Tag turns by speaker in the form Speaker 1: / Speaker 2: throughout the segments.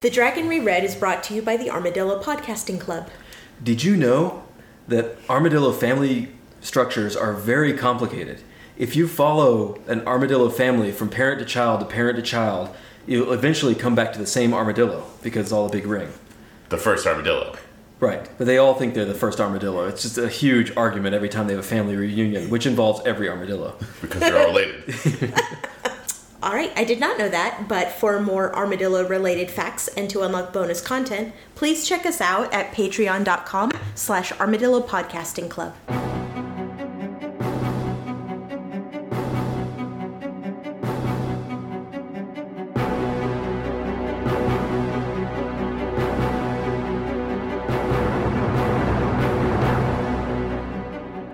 Speaker 1: The Dragon Reread is brought to you by the Armadillo Podcasting Club.
Speaker 2: Did you know that armadillo family structures are very complicated? If you follow an armadillo family from parent to child to parent to child, you'll eventually come back to the same armadillo because it's all a big ring.
Speaker 3: the first armadillo.
Speaker 2: Right, but they all think they're the first armadillo. It's just a huge argument every time they have a family reunion, which involves every armadillo.
Speaker 3: because they're all related.
Speaker 1: All right, I did not know that, but for more armadillo related facts and to unlock bonus content, please check us out at patreon.com slash armadillo podcasting club.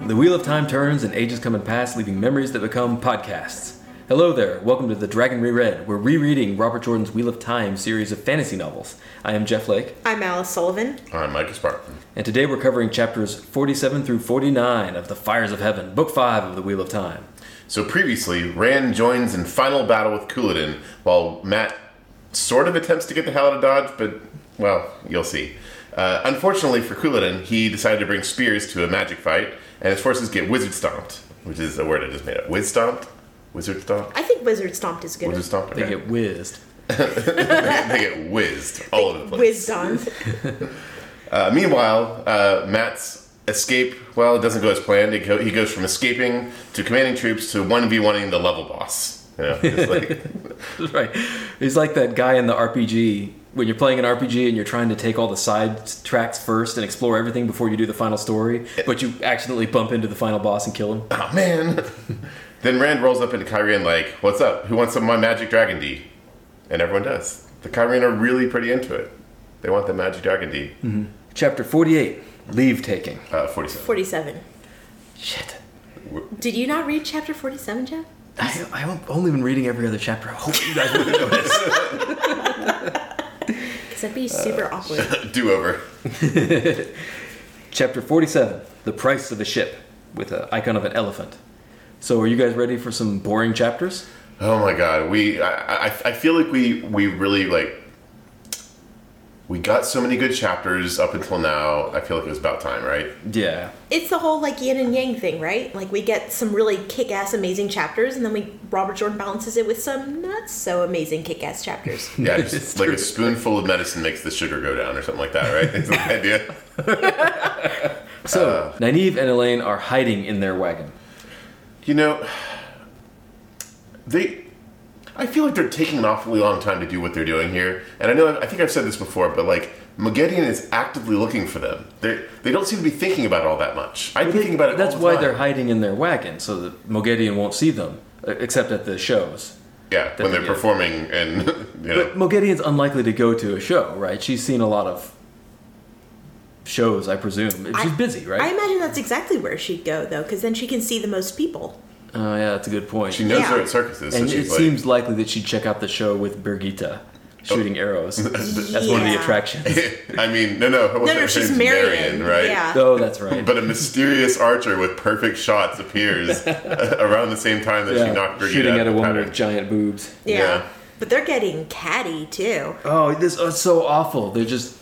Speaker 2: The wheel of time turns and ages come and pass, leaving memories that become podcasts. Hello there, welcome to The Dragon Reread. We're rereading Robert Jordan's Wheel of Time series of fantasy novels. I am Jeff Lake.
Speaker 1: I'm Alice Sullivan.
Speaker 3: I'm Micah Spartan.
Speaker 2: And today we're covering chapters 47 through 49 of The Fires of Heaven, Book 5 of The Wheel of Time.
Speaker 3: So previously, Rand joins in final battle with Cooladin, while Matt sort of attempts to get the hell out of Dodge, but, well, you'll see. Uh, unfortunately for Cooladin, he decided to bring spears to a magic fight, and his forces get wizard stomped, which is a word I just made up. Wiz stomped? Wizard stomped?
Speaker 1: I think Wizard Stomped is good.
Speaker 3: Wizard stomped?
Speaker 2: They
Speaker 3: Okay.
Speaker 2: get whizzed.
Speaker 3: they get whizzed all over the place.
Speaker 1: Wisdom.
Speaker 3: Uh, meanwhile, uh, Matt's escape, well, it doesn't go as planned. He, go, he goes from escaping to commanding troops to 1v1ing the level boss. You know, it's like,
Speaker 2: right. He's like that guy in the RPG. When you're playing an RPG and you're trying to take all the side tracks first and explore everything before you do the final story, but you accidentally bump into the final boss and kill him.
Speaker 3: oh man. then Rand rolls up into Kyrian like, what's up? Who wants some of my magic dragon D? And everyone does. The Kyrian are really pretty into it. They want the magic dragon D.
Speaker 2: Chapter 48 Leave Taking.
Speaker 3: Uh, 47.
Speaker 1: 47.
Speaker 2: Shit.
Speaker 1: Did you not read chapter 47, Jeff?
Speaker 2: I, I've only been reading every other chapter. I hope you guys would
Speaker 1: Because that'd be super awkward.
Speaker 3: Do over.
Speaker 2: Chapter 47 The Price of a Ship with an icon of an elephant. So, are you guys ready for some boring chapters?
Speaker 3: Oh my god, we I, I, I feel like we we really like we got so many good chapters up until now. I feel like it was about time, right?
Speaker 2: Yeah.
Speaker 1: It's the whole like yin and yang thing, right? Like we get some really kick-ass amazing chapters, and then we Robert Jordan balances it with some not so amazing kick-ass chapters.
Speaker 3: Yeah,
Speaker 2: It's
Speaker 3: just like
Speaker 2: true.
Speaker 3: a spoonful of medicine makes the sugar go down or something like that, right? Is that the idea?
Speaker 2: So,
Speaker 3: Uh,
Speaker 2: Nynaeve and Elaine are hiding in their wagon.
Speaker 3: You know, they. I feel like they're taking an awfully long time to do what they're doing here, and I know I think I've said this before, but like Magedian is actively looking for them. They they don't seem to be thinking about it all that much. I'm thinking about it.
Speaker 2: That's
Speaker 3: all the
Speaker 2: why
Speaker 3: time.
Speaker 2: they're hiding in their wagon, so that Mogedion won't see them, e- except at the shows.
Speaker 3: yeah when they're
Speaker 2: yeah.
Speaker 3: performing and you know.
Speaker 2: But Mogedion's unlikely to go to a show, right? She's seen a lot of shows, I presume. She's
Speaker 1: I-
Speaker 2: busy,
Speaker 1: I
Speaker 2: right?
Speaker 1: imagine that's exactly where she'd go though, because then she can see the most people.
Speaker 2: Oh, yeah, that's a good point.
Speaker 3: She knows
Speaker 1: Yeah.
Speaker 3: they're at circuses,
Speaker 2: and it
Speaker 3: so she's like,
Speaker 2: seems likely that she'd check out the show with Birgitta shooting arrows. That's one of the
Speaker 1: Yeah.
Speaker 2: attractions.
Speaker 3: I mean, no, no,
Speaker 1: No, no, she's Marion,
Speaker 3: right?
Speaker 1: Yeah.
Speaker 2: oh, that's right.
Speaker 3: But a mysterious archer with perfect shots appears around the same time that she knocked Brigida
Speaker 2: shooting at a
Speaker 3: the
Speaker 2: woman
Speaker 3: pattern.
Speaker 2: with giant boobs.
Speaker 1: yeah,
Speaker 3: yeah.
Speaker 1: But they're getting catty too.
Speaker 2: Oh, this is so awful. They're just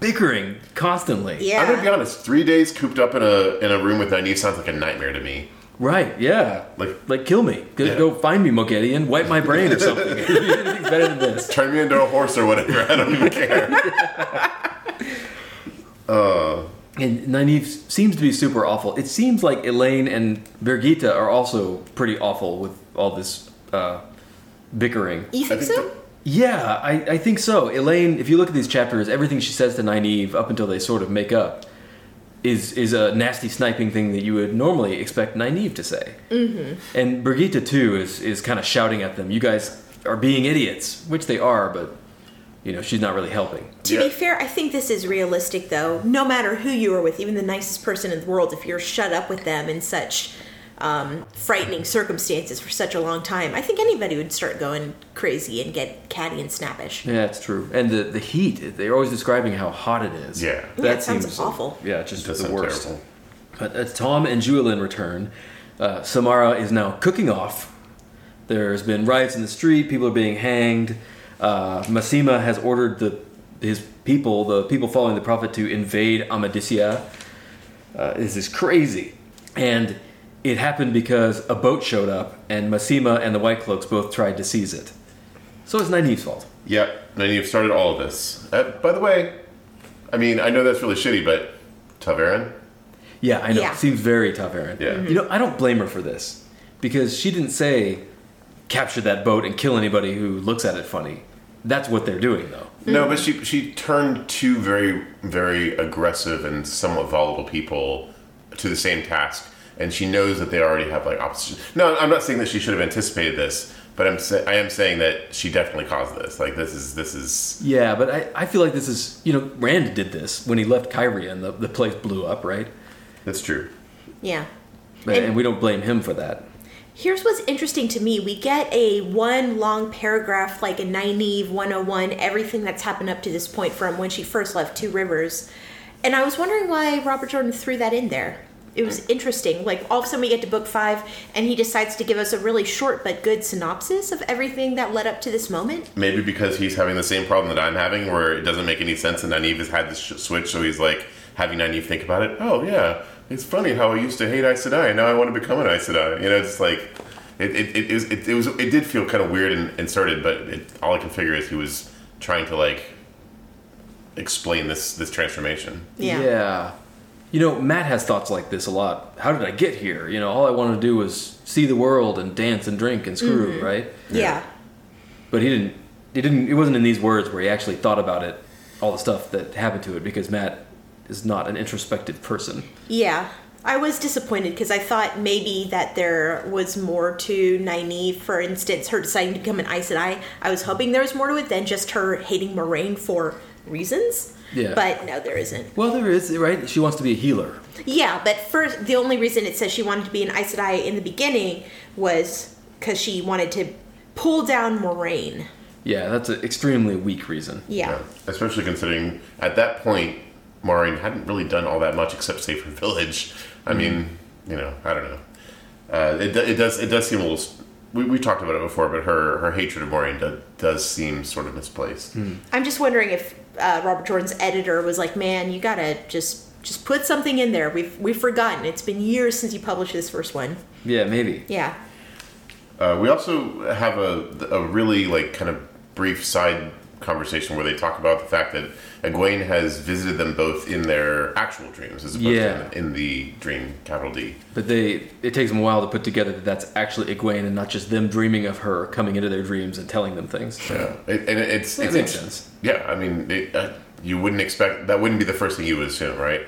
Speaker 2: bickering constantly.
Speaker 1: Yeah.
Speaker 3: I'm gonna be honest. Three days cooped up in a in a room with Nynaeve sounds like a nightmare to me.
Speaker 2: Right, yeah.
Speaker 3: Like,
Speaker 2: Like, kill me. Go,
Speaker 3: Yeah.
Speaker 2: go find me, Mogedion. Wipe my brain or something. Anything's better than this.
Speaker 3: turn me into a horse or whatever. I don't even care.
Speaker 2: And Nynaeve seems to be super awful. It seems like Elaine and Birgitta are also pretty awful with all this uh, bickering.
Speaker 1: You think,
Speaker 3: I think
Speaker 1: so?
Speaker 2: Yeah, I, I think so. Elaine, if you look at these chapters, everything she says to Nynaeve up until they sort of make up is is a nasty sniping thing that you would normally expect Nynaeve to say. Mm-hmm. And Brigitte, too, is, is kind of shouting at them, you guys are being idiots, which they are, but, you know, she's not really helping.
Speaker 1: To
Speaker 3: Yeah.
Speaker 1: be fair, I think this is realistic though. No matter who you are with, even the nicest person in the world, if you're shut up with them in such um, frightening circumstances for such a long time, I think anybody would start going crazy and get catty and snappish.
Speaker 2: Yeah, that's true. And the, the heat, they're always describing how hot it is.
Speaker 3: Yeah.
Speaker 2: That
Speaker 1: Yeah, it sounds
Speaker 2: seems
Speaker 1: awful.
Speaker 2: Yeah, just
Speaker 3: That
Speaker 2: the
Speaker 3: sounds
Speaker 2: worst.
Speaker 3: terrible.
Speaker 2: But as Tom and Julian return, uh, Samara is now cooking off. There's been riots in the street, people are being hanged. Uh, Massima has ordered the his people, the people following the prophet, to invade Amadisia. Uh, this is crazy, and it happened because a boat showed up, and Massima and the White Cloaks both tried to seize it. So it's Nynaeve's fault.
Speaker 3: Yep, then you've started all of this. Uh, by the way, I mean, I know that's really shitty, but Taverin?
Speaker 2: Yeah, Mm-hmm. I know.
Speaker 1: Yeah.
Speaker 2: It seems very tough, Aaron.
Speaker 3: Yeah. Mhm.
Speaker 2: You know, I don't blame her for this because she didn't say capture that boat and kill anybody who looks at it funny. That's what they're doing, though.
Speaker 3: No, but she she turned two very very aggressive and somewhat volatile people to the same task, and she knows that they already have like opposition. No, I'm not saying that she should have anticipated this, but I'm sa- I am saying that she definitely caused this. Like this is this is
Speaker 2: Yeah, but I, I feel like this is, you know, Rand did this when he left Kyria and the, the place blew up, right?
Speaker 3: that's true.
Speaker 1: Yeah.
Speaker 2: And, and we don't blame him for that.
Speaker 1: Here's what's interesting to me. We get a one long paragraph, like a naive 101, everything that's happened up to this point from when she first left Two Rivers. And I was wondering why Robert Jordan threw that in there. It was interesting. Like, all of a sudden we get to book five, and he decides to give us a really short but good synopsis of everything that led up to this moment.
Speaker 3: Maybe because he's having the same problem that I'm having, where it doesn't make any sense, and Nynaeve has had this sh- switch, so he's like having Nynaeve think about it. Oh yeah, it's funny how I used to hate Aes Sedai, and now I want to become an Aes Sedai. You know, it's like it it it, is- it, it was it did feel kind of weird and, and started, but it, all I can figure is he was trying to like explain this this transformation.
Speaker 2: Yeah. You know, Matt has thoughts like this a lot. How did I get here? You know, all I wanted to do was see the world and dance and drink and screw, right?
Speaker 1: Yeah.
Speaker 2: But he didn't. It didn't. It wasn't in these words where he actually thought about it, all the stuff that happened to it, because Matt is not an introspective person.
Speaker 1: Yeah. I was disappointed because I thought maybe that there was more to Nynaeve, for instance, her deciding to become an Aes Sedai. I was hoping there was more to it than just her hating Moraine for reasons.
Speaker 2: Yeah.
Speaker 1: But no, there isn't.
Speaker 2: Well, there is right. She wants to be a healer.
Speaker 1: Yeah, but first, the only reason it says she wanted to be an Aes Sedai in the beginning was because she wanted to pull down Moraine.
Speaker 2: Yeah, that's an extremely weak reason.
Speaker 1: Yeah.
Speaker 3: Especially considering at that point, Maureen hadn't really done all that much except save her village. I mean,
Speaker 2: Mm-hmm.
Speaker 3: you know, I don't know. Uh, it, do- it does it does seem a little. s- We, we talked about it before, but her, her hatred of Maureen do, does seem sort of misplaced.
Speaker 2: Mm.
Speaker 1: I'm just wondering if uh, Robert Jordan's editor was like, "Man, you gotta just just put something in there. We've we've forgotten. It's been years since you published this first one."
Speaker 2: Yeah, maybe.
Speaker 1: Yeah.
Speaker 3: Uh, we also have a, a really like kind of brief side conversation where they talk about the fact that Egwene has visited them both in their actual dreams as opposed
Speaker 2: Yeah.
Speaker 3: to in, in the dream capital D.
Speaker 2: But they it takes them a while to put together that that's actually Egwene and not just them dreaming of her coming into their dreams and telling them things.
Speaker 3: Yeah, it, and it- it's
Speaker 2: That
Speaker 3: it's
Speaker 2: makes
Speaker 3: it's-
Speaker 2: sense.
Speaker 3: Yeah, I mean, it, uh, you wouldn't expect that wouldn't be the first thing you would assume, right?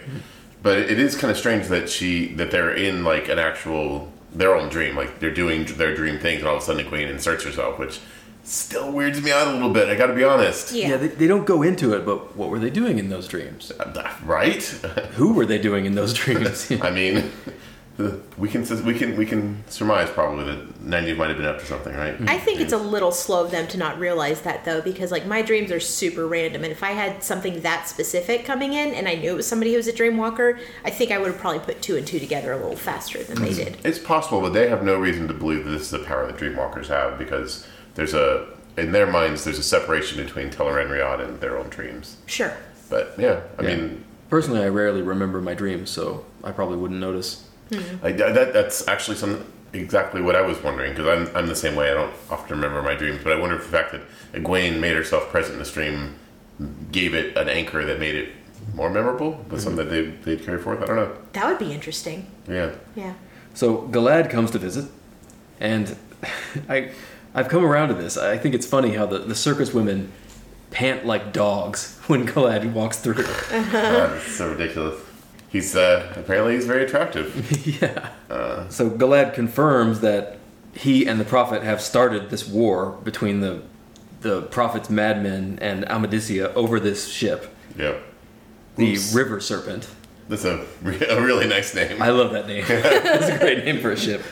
Speaker 3: But it is kind of strange that she that they're in like an actual their own dream, like they're doing their dream things, and all of a sudden Queen inserts herself, which still weirds me out a little bit. I got to be honest,
Speaker 1: Yeah.
Speaker 2: they, they don't go into it, but what were they doing in those dreams?
Speaker 3: Uh, right?
Speaker 2: Who were they doing in those dreams?
Speaker 3: I mean, we can sus- we can we can surmise probably that Ninety might have been up to something, right?
Speaker 1: I think it's a little slow of them to not realize that though, because like my dreams are super random, and if I had something that specific coming in, and I knew it was somebody who was a dream walker, I think I would have probably put two and two together a little faster than they did.
Speaker 3: It's possible, but they have no reason to believe that this is the power that Dreamwalkers have because there's a, in their minds, there's a separation between Teleran Riyadh and their own dreams.
Speaker 1: Sure.
Speaker 3: But yeah, I
Speaker 2: Yeah.
Speaker 3: mean,
Speaker 2: Personally, I rarely remember my dreams, so I probably wouldn't notice.
Speaker 3: I, that that's actually some exactly what I was wondering because I'm I'm the same way. I don't often remember my dreams, but I wonder if the fact that Egwene made herself present in this dream gave it an anchor that made it more memorable, but something that they they'd carry forth. I don't know.
Speaker 1: That would be interesting.
Speaker 3: Yeah.
Speaker 1: Yeah.
Speaker 2: So Galad comes to visit, and I, I've come around to this. I think it's funny how the, the circus women pant like dogs when Galad walks through.
Speaker 3: God, it's so ridiculous. He's uh, apparently he's very attractive.
Speaker 2: yeah. so Galad confirms that he and the Prophet have started this war between the, the Prophet's madmen and Amadisia over this ship,
Speaker 3: yeah.
Speaker 2: the
Speaker 3: Oops.
Speaker 2: River Serpent.
Speaker 3: That's a, re- a really nice name.
Speaker 2: I love that name. That's a great name for a ship.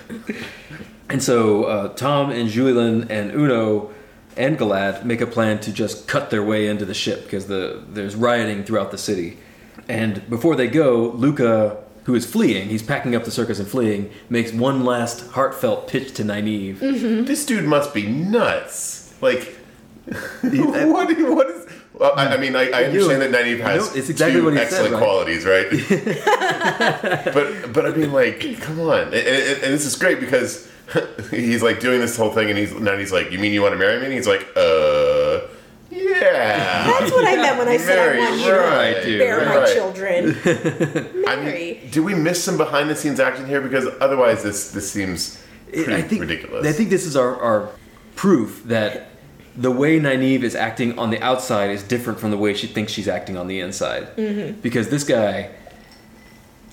Speaker 2: And so uh, Tom and Julian and Uno and Galad make a plan to just cut their way into the ship because the, there's rioting throughout the city. And before they go, Luca, who is fleeing, he's packing up the circus and fleeing, makes one last heartfelt pitch to Nynaeve.
Speaker 3: This dude must be nuts. Like, what, do you, what is? Well, I, I mean, I, I
Speaker 2: You-
Speaker 3: understand that Nynaeve has
Speaker 2: No, it's exactly
Speaker 3: two
Speaker 2: what he said,
Speaker 3: excellent
Speaker 2: Ryan.
Speaker 3: qualities, right? but but I mean, like, come on, and, and, and this is great because he's like doing this whole thing, and he's now he's like, "You mean you want to marry me?" And he's like, "Uh, yeah."
Speaker 1: That's what I meant when I said I
Speaker 3: Marry,
Speaker 1: want you to
Speaker 3: right,
Speaker 2: dude,
Speaker 1: bear my
Speaker 3: right.
Speaker 1: children.
Speaker 3: I
Speaker 1: Mary.
Speaker 3: mean, do we miss some behind the scenes action here? Because otherwise, this this seems pretty
Speaker 2: I think,
Speaker 3: ridiculous.
Speaker 2: I think this is our, our proof that the way Nynaeve is acting on the outside is different from the way she thinks she's acting on the inside. Mm-hmm. Because this guy,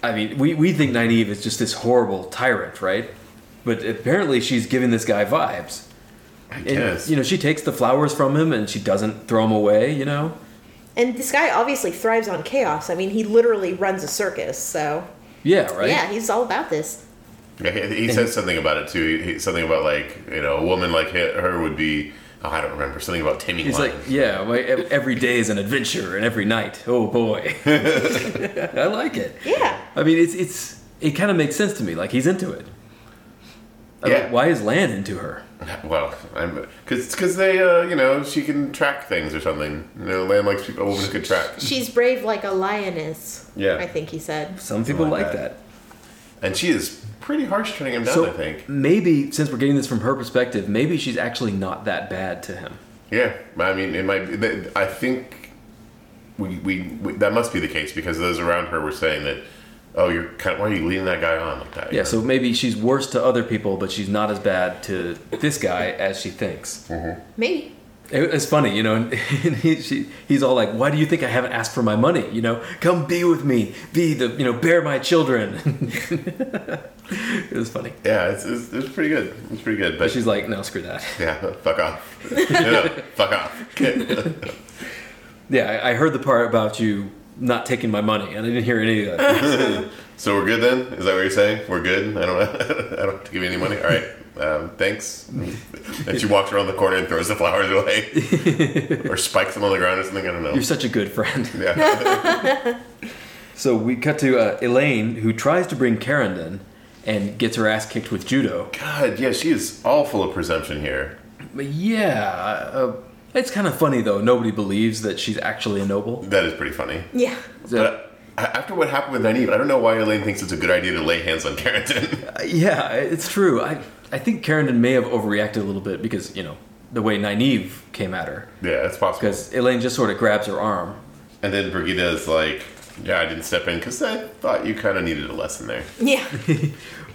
Speaker 2: I mean, we, we think Nynaeve is just this horrible tyrant, right? But apparently she's giving this guy vibes.
Speaker 3: I
Speaker 2: And,
Speaker 3: guess.
Speaker 2: You know, she takes the flowers from him and she doesn't throw them away, you know?
Speaker 1: And this guy obviously thrives on chaos. I mean, he literally runs a circus, so
Speaker 2: Yeah, right?
Speaker 1: yeah, he's all about this.
Speaker 3: Yeah, he, he says something about it too. He, he- something about like you know, a woman like he- her would be. Oh, I don't remember something about Timmy.
Speaker 2: He's like,
Speaker 3: Lyons.
Speaker 2: yeah, my, ev- every day is an adventure, and every night, oh boy, I like it.
Speaker 1: Yeah.
Speaker 2: I mean, it's it's it kind of makes sense to me. Like he's into it. I
Speaker 3: Yeah.
Speaker 2: mean, why is Lan into her?
Speaker 3: well, I'm because because they uh, you know she can track things or something. You know, Lan likes people, a woman who can track,
Speaker 1: She's brave like a lioness.
Speaker 3: Yeah.
Speaker 1: I think he said.
Speaker 2: Some people
Speaker 3: like
Speaker 2: like,
Speaker 3: that.
Speaker 2: that.
Speaker 3: and she is pretty harsh turning him down.
Speaker 2: So
Speaker 3: I think.
Speaker 2: maybe since we're getting this from her perspective, maybe she's actually not that bad to him.
Speaker 3: Yeah, I mean, it might. Be, th- I think we, we we that must be the case because those around her were saying that. Oh, you're kind of, why are you leading that guy on like that?
Speaker 2: Yeah, so maybe she's worse to other people, but she's not as bad to this guy as she thinks.
Speaker 1: Maybe.
Speaker 2: It- It's funny, you know, and he, she, he's all like, "Why do you think I haven't asked for my money? You know, come be with me, be the, you know, bear my children." it was funny.
Speaker 3: yeah, it's, it's, it's pretty good. It's pretty good, but
Speaker 2: She's like, "No, screw that."
Speaker 3: yeah, fuck off, Yeah, fuck off.
Speaker 2: Yeah, I, I heard the part about you not taking my money, and I didn't hear any of that.
Speaker 3: So we're good then? Is that what you're saying? We're good. I don't. I don't have to give you any money. All right. Um, thanks. And she walks around the corner and throws the flowers away, or spikes them on the ground or something. I don't know.
Speaker 2: You're such a good friend.
Speaker 3: Yeah.
Speaker 2: So we cut to uh, Elaine, who tries to bring Clarendon, and gets her ass kicked with judo.
Speaker 3: God. Yeah. She is all full of presumption here.
Speaker 2: But yeah, uh, it's kind of funny though. Nobody believes that she's actually a noble.
Speaker 3: That is pretty funny.
Speaker 1: Yeah.
Speaker 3: But I, after what happened with Nynaeve, I don't know why Elaine thinks it's a good idea to lay hands on Carrington.
Speaker 2: Uh, Yeah, it's true. I I think Clarendon may have overreacted a little bit because you know the way Nynaeve came at her.
Speaker 3: yeah, it's possible.
Speaker 2: Because Elaine just sort of grabs her arm.
Speaker 3: And then Brigida is like, "Yeah, I didn't step in because I thought you kind of needed a lesson there."
Speaker 1: Yeah.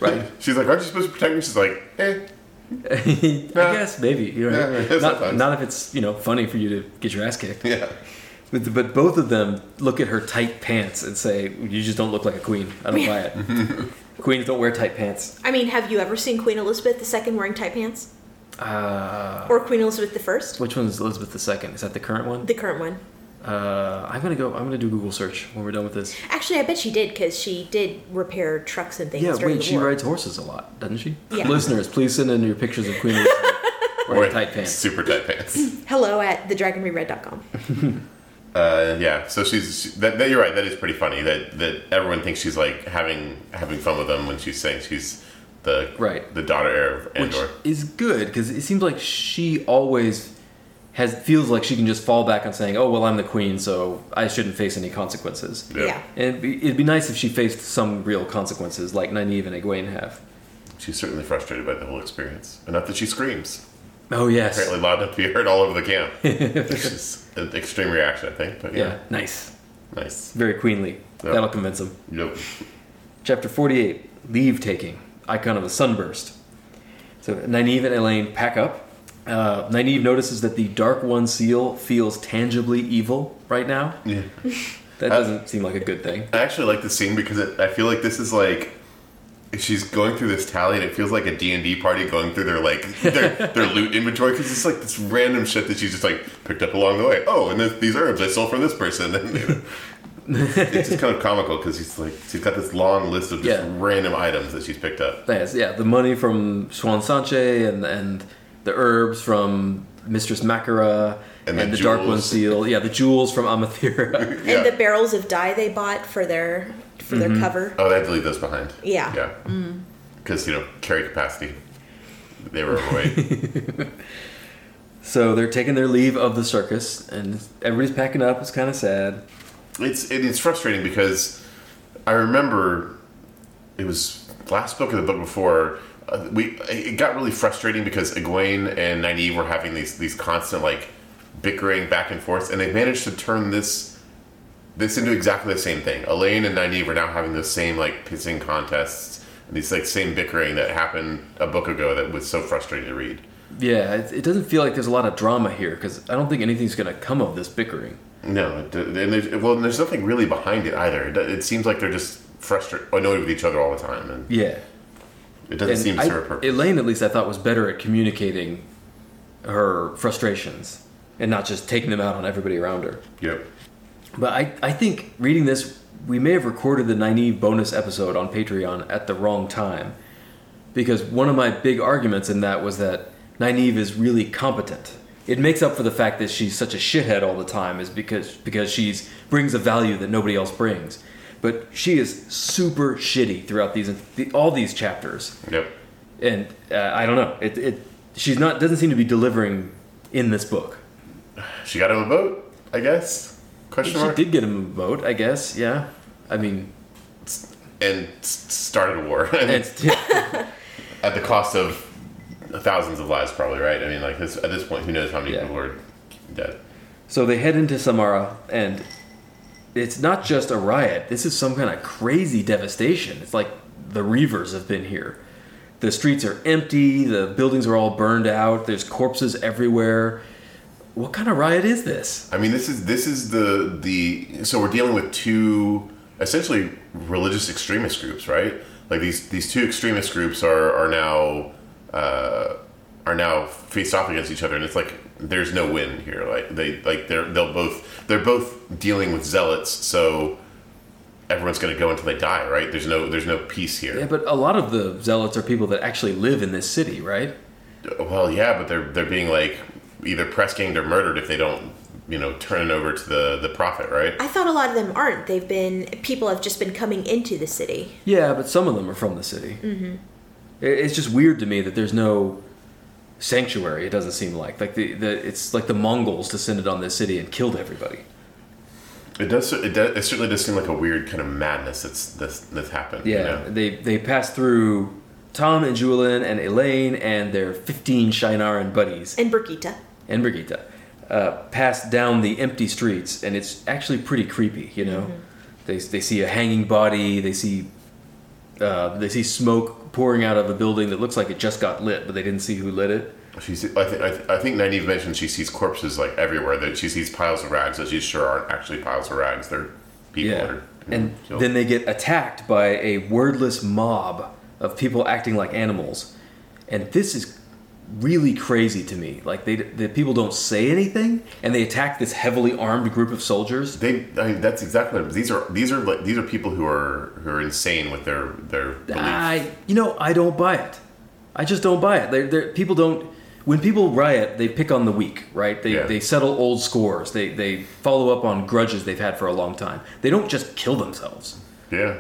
Speaker 2: Right.
Speaker 3: She's like, "Aren't you supposed to protect me?" She's like, "Eh."
Speaker 2: I guess maybe. You know,
Speaker 3: Yeah, yeah,
Speaker 2: not,
Speaker 3: sometimes.
Speaker 2: not if it's you know funny for you to get your ass kicked.
Speaker 3: Yeah.
Speaker 2: But, but both of them look at her tight pants and say, "You just don't look like a queen. I don't buy it. Queens don't wear tight pants."
Speaker 1: I mean, have you ever seen Queen Elizabeth II wearing tight pants?
Speaker 2: Uh,
Speaker 1: Or Queen Elizabeth I?
Speaker 2: which one is Elizabeth II? Is that the current one?
Speaker 1: The current one.
Speaker 2: Uh, I'm gonna go. I'm gonna do Google search when we're done with this.
Speaker 1: Actually, I bet she did because she did repair trucks and things
Speaker 2: Yeah,
Speaker 1: during
Speaker 2: wait.
Speaker 1: the
Speaker 2: She
Speaker 1: war.
Speaker 2: rides horses a lot, doesn't she?
Speaker 1: Yeah.
Speaker 2: Listeners, please send in your pictures of Queen Elizabeth
Speaker 3: Or
Speaker 2: wearing tight pants.
Speaker 3: Super tight pants.
Speaker 1: Hello at thedragonreread.com.
Speaker 3: Uh, yeah, so she's she, that, that. You're right. That is pretty funny. That that everyone thinks she's like having having fun with them when she's saying she's the
Speaker 2: Right.
Speaker 3: the daughter heir of
Speaker 2: Which
Speaker 3: Andor.
Speaker 2: is good because it seems like she always has feels like she can just fall back on saying, "Oh well, I'm the queen, so I shouldn't face any consequences."
Speaker 3: Yeah.
Speaker 1: yeah.
Speaker 2: And it'd be, it'd be nice if she faced some real consequences, like Nynaeve and Egwene have.
Speaker 3: She's certainly frustrated by the whole experience. Enough that she screams,
Speaker 2: Oh yes,
Speaker 3: apparently loud enough to be heard all over the camp. Which is an extreme reaction, I think. But
Speaker 2: yeah.
Speaker 3: yeah,
Speaker 2: nice,
Speaker 3: nice.
Speaker 2: very queenly.
Speaker 3: Yeah.
Speaker 2: That'll convince him.
Speaker 3: Yep.
Speaker 2: Chapter forty-eight: Leave taking, icon of a sunburst. So Nynaeve and Elaine pack up. Uh, Nynaeve notices that the Dark One seal feels tangibly evil right now.
Speaker 3: Yeah.
Speaker 2: That doesn't seem like a good thing.
Speaker 3: I actually like this scene because it, I feel like this is like she's going through this tally and it feels like a D&D party going through their like their, their loot inventory because it's like this random shit that she's just like picked up along the way. Oh, and this, these herbs I stole from this person. And, you know, it's just kind of comical because she's like she's got this long list of just
Speaker 2: Yeah.
Speaker 3: random items that she's picked up.
Speaker 2: Yes, yeah, the money from Swan Sanche and and the herbs from Mistress Makara
Speaker 3: And
Speaker 2: and,
Speaker 3: the
Speaker 2: the Dark One
Speaker 3: jewels.
Speaker 2: seal. Yeah, the jewels from Amathira.
Speaker 3: Yeah.
Speaker 1: And the barrels of dye they bought for their for
Speaker 2: Mm-hmm.
Speaker 1: their cover.
Speaker 3: Oh, they had to leave those behind.
Speaker 1: Yeah. Mm.
Speaker 3: Yeah. Because you know carry capacity, they were overweight.
Speaker 2: So they're taking their leave of the circus, and everybody's packing up. It's kind of sad.
Speaker 3: It's it, it's frustrating because I remember it was last book or the book before. Uh, we it got really frustrating because Egwene and Nynaeve were having these these constant like bickering back and forth, and they managed to turn this this into exactly the same thing. Elaine and Nynaeve are now having the same like pissing contests and these like same bickering that happened a book ago that was so frustrating to read.
Speaker 2: Yeah, it, it doesn't feel like there's a lot of drama here because I don't think anything's going to come of this bickering.
Speaker 3: No, it- and there's, well, there's nothing really behind it either. It, it seems like they're just frustrated, annoyed with each other all the time, and
Speaker 2: Yeah,
Speaker 3: it doesn't seem to
Speaker 2: I-
Speaker 3: serve a purpose.
Speaker 2: Elaine, at least, I thought was better at communicating her frustrations and not just taking them out on everybody around her.
Speaker 3: yep.
Speaker 2: But I, I think reading this, we may have recorded the Nynaeve bonus episode on Patreon at the wrong time. Because one of my big arguments in that was that Nynaeve is really competent. It makes up for the fact that she's such a shithead all the time is because because she's brings a value that nobody else brings. But she is super shitty throughout these the, all these chapters,
Speaker 3: Yep.
Speaker 2: and uh, I don't know. It, it she's not doesn't seem to be delivering in this book.
Speaker 3: She got him a boat, I guess. Question
Speaker 2: She
Speaker 3: mark.
Speaker 2: did get him a boat, I guess. Yeah, I mean
Speaker 3: And s- started a war
Speaker 2: And
Speaker 3: at the cost of thousands of lives, probably. Right? I mean, like this at this point, who knows how many
Speaker 2: Yeah.
Speaker 3: people are dead?
Speaker 2: so they head into Samara, and it's not just a riot. This is some kind of crazy devastation. It's like the Reavers have been here. The streets are empty. The buildings are all burned out. There's corpses everywhere. What kind of riot is this?
Speaker 3: I mean, this is this is the the so we're dealing with two essentially religious extremist groups, right? Like these these two extremist groups are are now uh, are now faced off against each other, and it's like there's no win here. Like they like they're they'll both they're both dealing with zealots, so everyone's going to go until they die, right? There's no there's no peace here.
Speaker 2: Yeah, but a lot of the zealots are people that actually live in this city, right?
Speaker 3: Well, yeah, but they're they're being like either press ganged or murdered if they don't you know turn it over to the the prophet, right?
Speaker 1: I thought a lot of them aren't. They've been people have just been coming into the city.
Speaker 2: Yeah, but some of them are from the city. Mm-hmm. It's just weird to me that there's no sanctuary. It doesn't seem like like the, the it's like the Mongols descended on this city and killed everybody.
Speaker 3: It does. It, does, it certainly does seem like a weird kind of madness that's that's, that's happened. you
Speaker 2: Yeah,
Speaker 3: know?
Speaker 2: they they pass through Tom and Julian and Elaine and their 15 Shinaran buddies
Speaker 1: And Birgitta.
Speaker 2: and Brigitte uh, pass down the empty streets, and it's actually pretty creepy. You know, they they see a hanging body, they see uh, they see smoke pouring out of a building that looks like it just got lit, but they didn't see who lit it.
Speaker 3: She see- I, th- I, th- I think Nynaeve mentioned she sees corpses like everywhere. That she sees piles of rags that she sure aren't actually piles of rags. They're people. that
Speaker 2: Yeah.
Speaker 3: are
Speaker 2: And
Speaker 3: killed.
Speaker 2: then they get attacked by a wordless mob of people acting like animals. And this is really crazy to me. Like they the people don't say anything and they attack this heavily armed group of soldiers.
Speaker 3: they. I mean, that's exactly. What, these are these are like, these are people who are who are insane with their their beliefs.
Speaker 2: I you know, I don't buy it. I just don't buy it. They're, they're, people don't when people riot, they pick on the weak, right? They,
Speaker 3: Yeah.
Speaker 2: they settle old scores. They, they follow up on grudges they've had for a long time. They don't just kill themselves.
Speaker 3: yeah.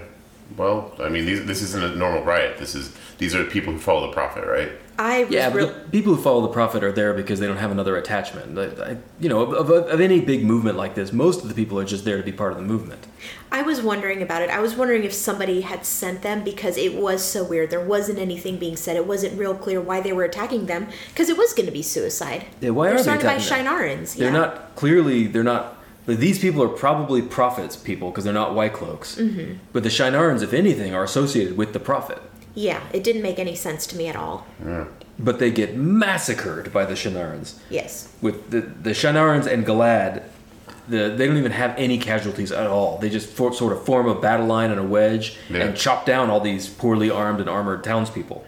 Speaker 3: Well, I mean, these, this isn't a normal riot. This is these are people who follow the prophet, right?
Speaker 1: I was
Speaker 2: Yeah,
Speaker 1: real-
Speaker 2: but the people who follow the prophet are there because they don't have another attachment. I, I, you know, of, of, of any big movement like this, most of the people are just there to be part of the movement.
Speaker 1: I was wondering about it. I was wondering if somebody had sent them because it was so weird. There wasn't anything being said. It wasn't real clear why they were attacking them because it was going to be suicide.
Speaker 2: Yeah, why
Speaker 1: They're
Speaker 2: are they
Speaker 1: surrounded by
Speaker 2: attacking them?
Speaker 1: Shinarans.
Speaker 2: They're
Speaker 1: yeah.
Speaker 2: not clearly. They're not. These people are probably prophets people because they're not white cloaks. Mm-hmm. But the Shinarans, if anything, are associated with the prophet.
Speaker 1: Yeah, it didn't make any sense to me at all.
Speaker 2: But they get massacred by the Shinarans.
Speaker 1: Yes.
Speaker 2: With the the Shinarans and Galad, the, they don't even have any casualties at all. They just for, sort of form a battle line and a wedge
Speaker 3: Yeah.
Speaker 2: and chop down all these poorly armed and armored townspeople.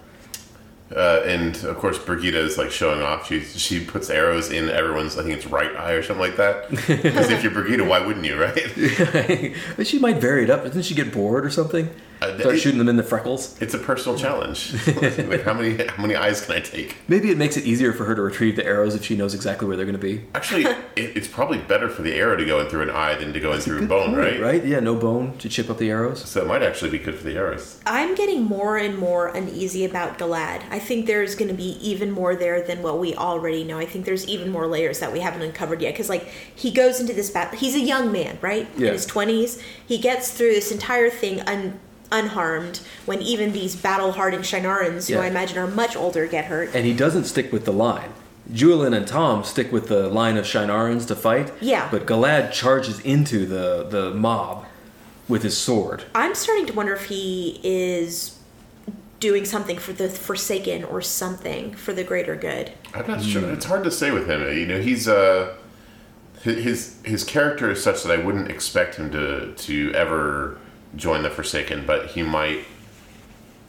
Speaker 3: Uh, and of course, Brigida is like showing off. She she puts arrows in everyone's, I think it's right eye or something like that. Because if you're Brigida, why wouldn't you, right?
Speaker 2: but she might vary it up. Doesn't she get bored or something?
Speaker 3: Uh,
Speaker 2: Start
Speaker 3: it-
Speaker 2: shooting them in the freckles.
Speaker 3: It's a personal challenge. like how many how many eyes can I take?
Speaker 2: Maybe it makes it easier for her to retrieve the arrows if she knows exactly where they're going to be.
Speaker 3: Actually, it, it's probably better for the arrow to go in through an eye than to go in through a bone, right?
Speaker 2: Right? Yeah, no bone to chip up the arrows.
Speaker 3: So that might actually be good for the arrows.
Speaker 1: I'm getting more and more uneasy about Galad. I I think there's going to be even more there than what we already know. I think there's even more layers that we haven't uncovered yet. Because, like, he goes into this battle. He's a young man, right?
Speaker 2: Yeah.
Speaker 1: In his 20s. He gets through this entire thing un- unharmed when even these battle hardened Shinarans,
Speaker 2: Yeah.
Speaker 1: who I imagine are much older, get hurt.
Speaker 2: and he doesn't stick with the line. Julian and Tom stick with the line of Shinarans to fight.
Speaker 1: Yeah.
Speaker 2: But Galad charges into the, the mob with his sword.
Speaker 1: I'm starting to wonder if he is doing something for the Forsaken or something for the greater good.
Speaker 3: I'm not sure. It's hard to say with him. You know, he's uh, hi- his his character is such that I wouldn't expect him to to ever join the Forsaken, but he might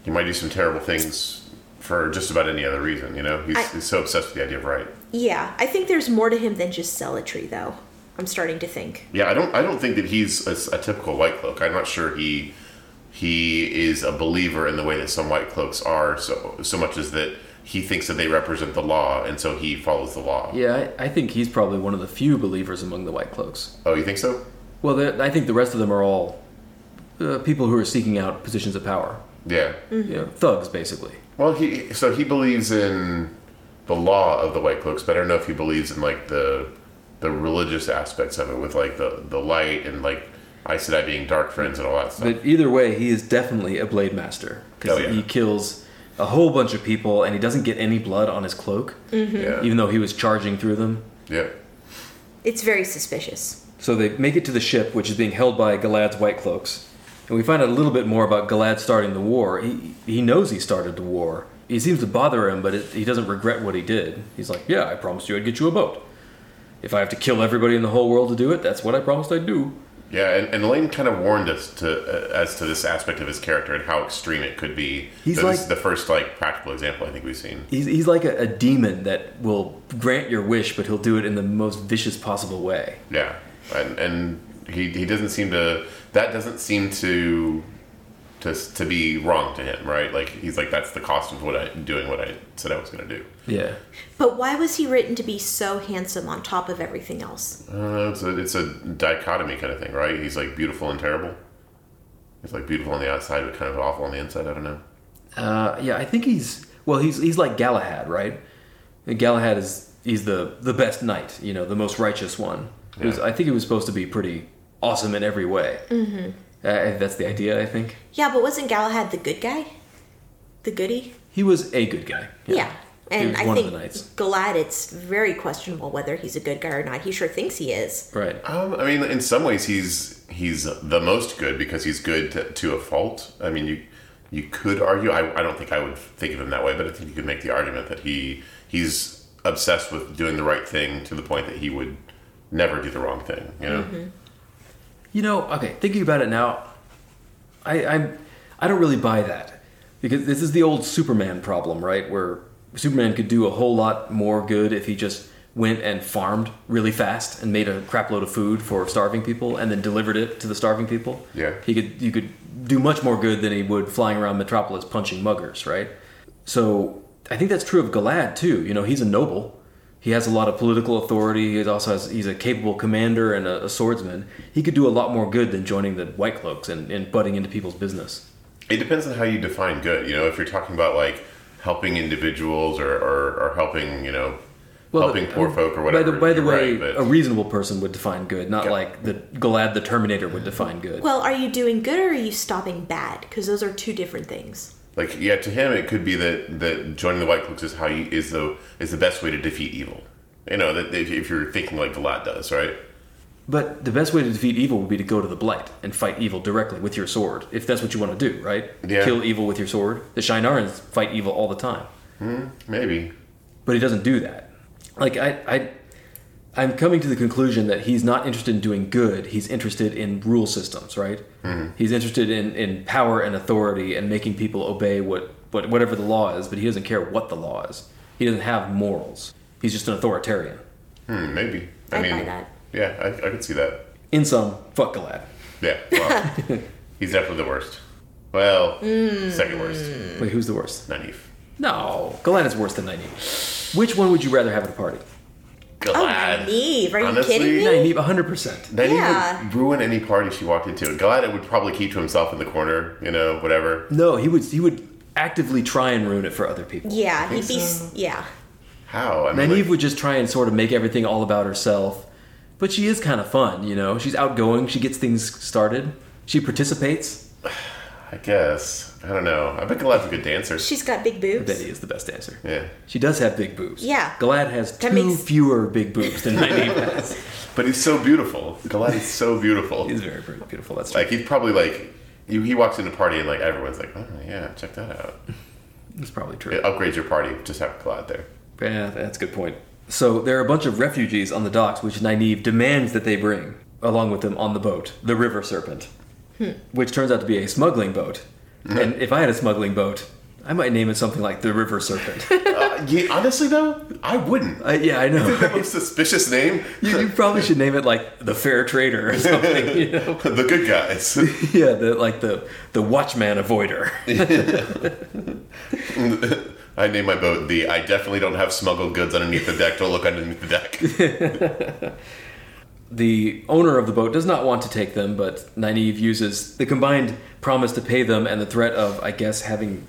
Speaker 3: he might do some terrible things for just about any other reason. You know, he's,
Speaker 1: I-
Speaker 3: he's so obsessed with the idea of right.
Speaker 1: Yeah, I think there's more to him than just zealotry, though. I'm starting to think.
Speaker 3: Yeah, I don't. I don't think that he's a, s- a typical white cloak. I'm not sure he he is a believer in the way that some white cloaks are. So so much as that he thinks that they represent the law, and so he follows the law.
Speaker 2: Yeah, I, I think he's probably one of the few believers among the White Cloaks.
Speaker 3: Oh, you think so?
Speaker 2: Well, the- I think the rest of them are all uh, people who are seeking out positions of power.
Speaker 3: Yeah.
Speaker 2: You know, thugs, basically.
Speaker 3: Well, he so he believes in the law of the white cloaks, but I don't know if he believes in like the the religious aspects of it, with like the the light and like Aes Sedai being dark friends and all that stuff.
Speaker 2: But either way, he is definitely a blade master because
Speaker 3: Oh, yeah.
Speaker 2: he kills a whole bunch of people and he doesn't get any blood on his cloak,
Speaker 3: yeah.
Speaker 2: Mm-hmm. even though he was charging through them.
Speaker 3: yeah.
Speaker 1: It's very suspicious.
Speaker 2: So they make it to the ship, which is being held by Galad's White Cloaks. And we find out a little bit more about Galad starting the war. He, he knows he started the war. He seems to bother him, but it, he doesn't regret what he did. He's like, Yeah, I promised you I'd get you a boat. If I have to kill everybody in the whole world to do it, that's what I promised I'd do.
Speaker 3: Yeah, and, and Elaine kind of warned us to uh, as to this aspect of his character and how extreme it could be.
Speaker 2: He's
Speaker 3: so
Speaker 2: like-
Speaker 3: this is the first like practical example I think we've seen.
Speaker 2: He's, he's like a, a demon that will grant your wish, but he'll do it in the most vicious possible way.
Speaker 3: Yeah, and and he he doesn't seem to that doesn't seem to to to be wrong to him, right? Like he's like that's the cost of what I doing what I said I was going to do.
Speaker 2: Yeah.
Speaker 1: But why was he written to be so handsome on top of everything else?
Speaker 3: Uh, it's a it's a dichotomy kind of thing, right? He's like beautiful and terrible. He's like beautiful on the outside, but kind of awful on the inside. I don't know.
Speaker 2: Uh, yeah, I think he's well. He's he's like Galahad, right? Galahad is he's the the best knight, you know, the most righteous one. It was-
Speaker 3: Yeah.
Speaker 2: I think he was supposed to be pretty awesome in every way. Mm-hmm. Uh, that's the idea, I think.
Speaker 1: Yeah, but wasn't Galahad the good guy? The goody?
Speaker 2: He was a good guy.
Speaker 1: Yeah.
Speaker 2: He
Speaker 1: And
Speaker 2: was
Speaker 1: I
Speaker 2: one of
Speaker 1: think
Speaker 2: the knights.
Speaker 1: Galad, it's very questionable whether he's a good guy or not. He sure thinks he is.
Speaker 2: right.
Speaker 3: Um, I mean, in some ways, he's he's the most good because he's good to, to a fault. I mean, you you could argue. I, I don't think I would think of him that way, but I think you could make the argument that he he's obsessed with doing the right thing to the point that he would never do the wrong thing. You know,
Speaker 2: Mm-hmm. You know, okay, thinking about it now, I I'm, I don't really buy that because this is the old Superman problem, right? Where Superman could do a whole lot more good if he just went and farmed really fast and made a crapload of food for starving people and then delivered it to the starving people.
Speaker 3: Yeah.
Speaker 2: he could you could do much more good than he would flying around Metropolis punching muggers, right? So I think that's true of Galad too. You know, he's a noble. He has a lot of political authority. He also has, he's a capable commander and a, a swordsman. He could do a lot more good than joining the White Cloaks and, and butting into people's business.
Speaker 3: it depends on how you define good. You know, if you're talking about like helping individuals or or, or helping you know helping
Speaker 2: the-
Speaker 3: poor folk or
Speaker 2: By
Speaker 3: whatever.
Speaker 2: the, by the
Speaker 3: you're
Speaker 2: way,
Speaker 3: right, but-
Speaker 2: a reasonable person would define good, not
Speaker 3: Yeah.
Speaker 2: like the Galad the Terminator would define good.
Speaker 1: Well, are you doing good or are you stopping bad? Because those are two different things.
Speaker 3: like yeah, to him it could be that that joining the White Cloaks is how you is the is the best way to defeat evil. You know that if, if you're thinking like Vlad does, right?
Speaker 2: but the best way to defeat evil would be to go to the Blight and fight evil directly with your sword, if that's what you want to do, right?
Speaker 3: Yeah.
Speaker 2: Kill evil with your sword. The Shinarans fight evil all the time.
Speaker 3: Maybe.
Speaker 2: but he doesn't do that. Like I, I, I'm coming to the conclusion that he's not interested in doing good. He's interested in rule systems, right? He's interested in, in power and authority and making people obey what, what whatever the law is. But he doesn't care what the law is. He doesn't have morals. He's just an authoritarian.
Speaker 3: Hmm, maybe.
Speaker 1: I'd buy that.
Speaker 3: Yeah, I, I could see that.
Speaker 2: In sum, fuck Galad.
Speaker 3: Yeah. Well, he's definitely the worst. Well,
Speaker 1: Hmm.
Speaker 3: second worst.
Speaker 2: Wait, who's the worst?
Speaker 3: Naive.
Speaker 1: Oh,
Speaker 2: No, Galad is worse than Nynaeve. Which one would you rather have at a party?
Speaker 1: Oh,
Speaker 3: Glad.
Speaker 1: Nynaeve, are
Speaker 3: Honestly,
Speaker 1: you kidding me?
Speaker 2: Nynaeve, 100%.
Speaker 3: Nynaeve
Speaker 1: Yeah.
Speaker 3: would ruin any party she walked into. Glad it would probably keep to himself in the corner, you know, whatever.
Speaker 2: No, he would he would actively try and ruin it for other people.
Speaker 1: Yeah, he'd
Speaker 3: think
Speaker 1: be
Speaker 3: so.
Speaker 1: yeah.
Speaker 3: How? I mean,
Speaker 2: Nynaeve
Speaker 3: like,
Speaker 2: would just try and sort of make everything all about herself, but she is kind of fun, you know? She's outgoing, she gets things started, she participates.
Speaker 3: I guess. I don't know. I bet Galad's a good dancer.
Speaker 1: She's got big
Speaker 2: Betty
Speaker 1: boobs.
Speaker 2: is the best dancer.
Speaker 3: Yeah.
Speaker 2: She does have big boobs.
Speaker 1: Yeah.
Speaker 2: Galad has two
Speaker 1: That makes-
Speaker 2: fewer big boobs than Nynaeve has.
Speaker 3: But he's so beautiful. Galad is so beautiful.
Speaker 2: He's very very beautiful, that's true.
Speaker 3: like, he'd probably, like, he, he walks into a party and, like, everyone's like, oh, yeah, check that out.
Speaker 2: That's probably true.
Speaker 3: It upgrades your party. Just have Galad there.
Speaker 2: Yeah, that's a good point. So there are a bunch of refugees on the docks, which Nynaeve demands that they bring along with them on the boat, the River Serpent, which turns out to be a smuggling boat. And if I had a smuggling boat, I might name it something like the River Serpent.
Speaker 3: Uh, yeah, honestly, though, I wouldn't.
Speaker 2: I, yeah, I know.
Speaker 3: That was a suspicious name.
Speaker 2: You, you probably should name it like the Fair Trader or something. You know?
Speaker 3: the good guys.
Speaker 2: Yeah, the, like the the Watchman Avoider.
Speaker 3: I named my boat the I definitely don't have smuggled goods underneath the deck. Don't look underneath the deck.
Speaker 2: The owner of the boat does not want to take them, but Nynaeve uses the combined promise to pay them and the threat of, I guess, having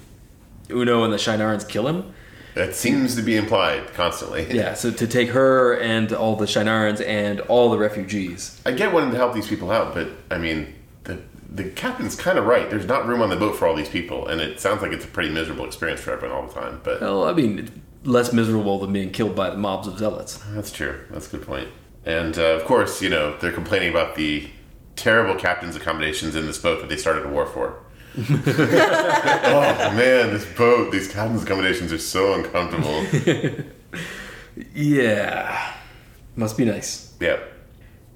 Speaker 2: Uno and the Shinarans kill him.
Speaker 3: That seems to be implied constantly.
Speaker 2: Yeah, so to take her and all the Shinarans and all the refugees.
Speaker 3: I get wanting to help these people out, but I mean, the the captain's kind of right. There's not room on the boat for all these people, and it sounds like it's a pretty miserable experience for everyone all the time. But
Speaker 2: Well, I mean, less miserable than being killed by the mobs of zealots.
Speaker 3: that's true. That's a good point. And uh, of course, you know they're complaining about the terrible captain's accommodations in this boat that they started a war for. oh man, this boat! These captain's accommodations are so uncomfortable.
Speaker 2: Yeah. Must be nice.
Speaker 3: yeah.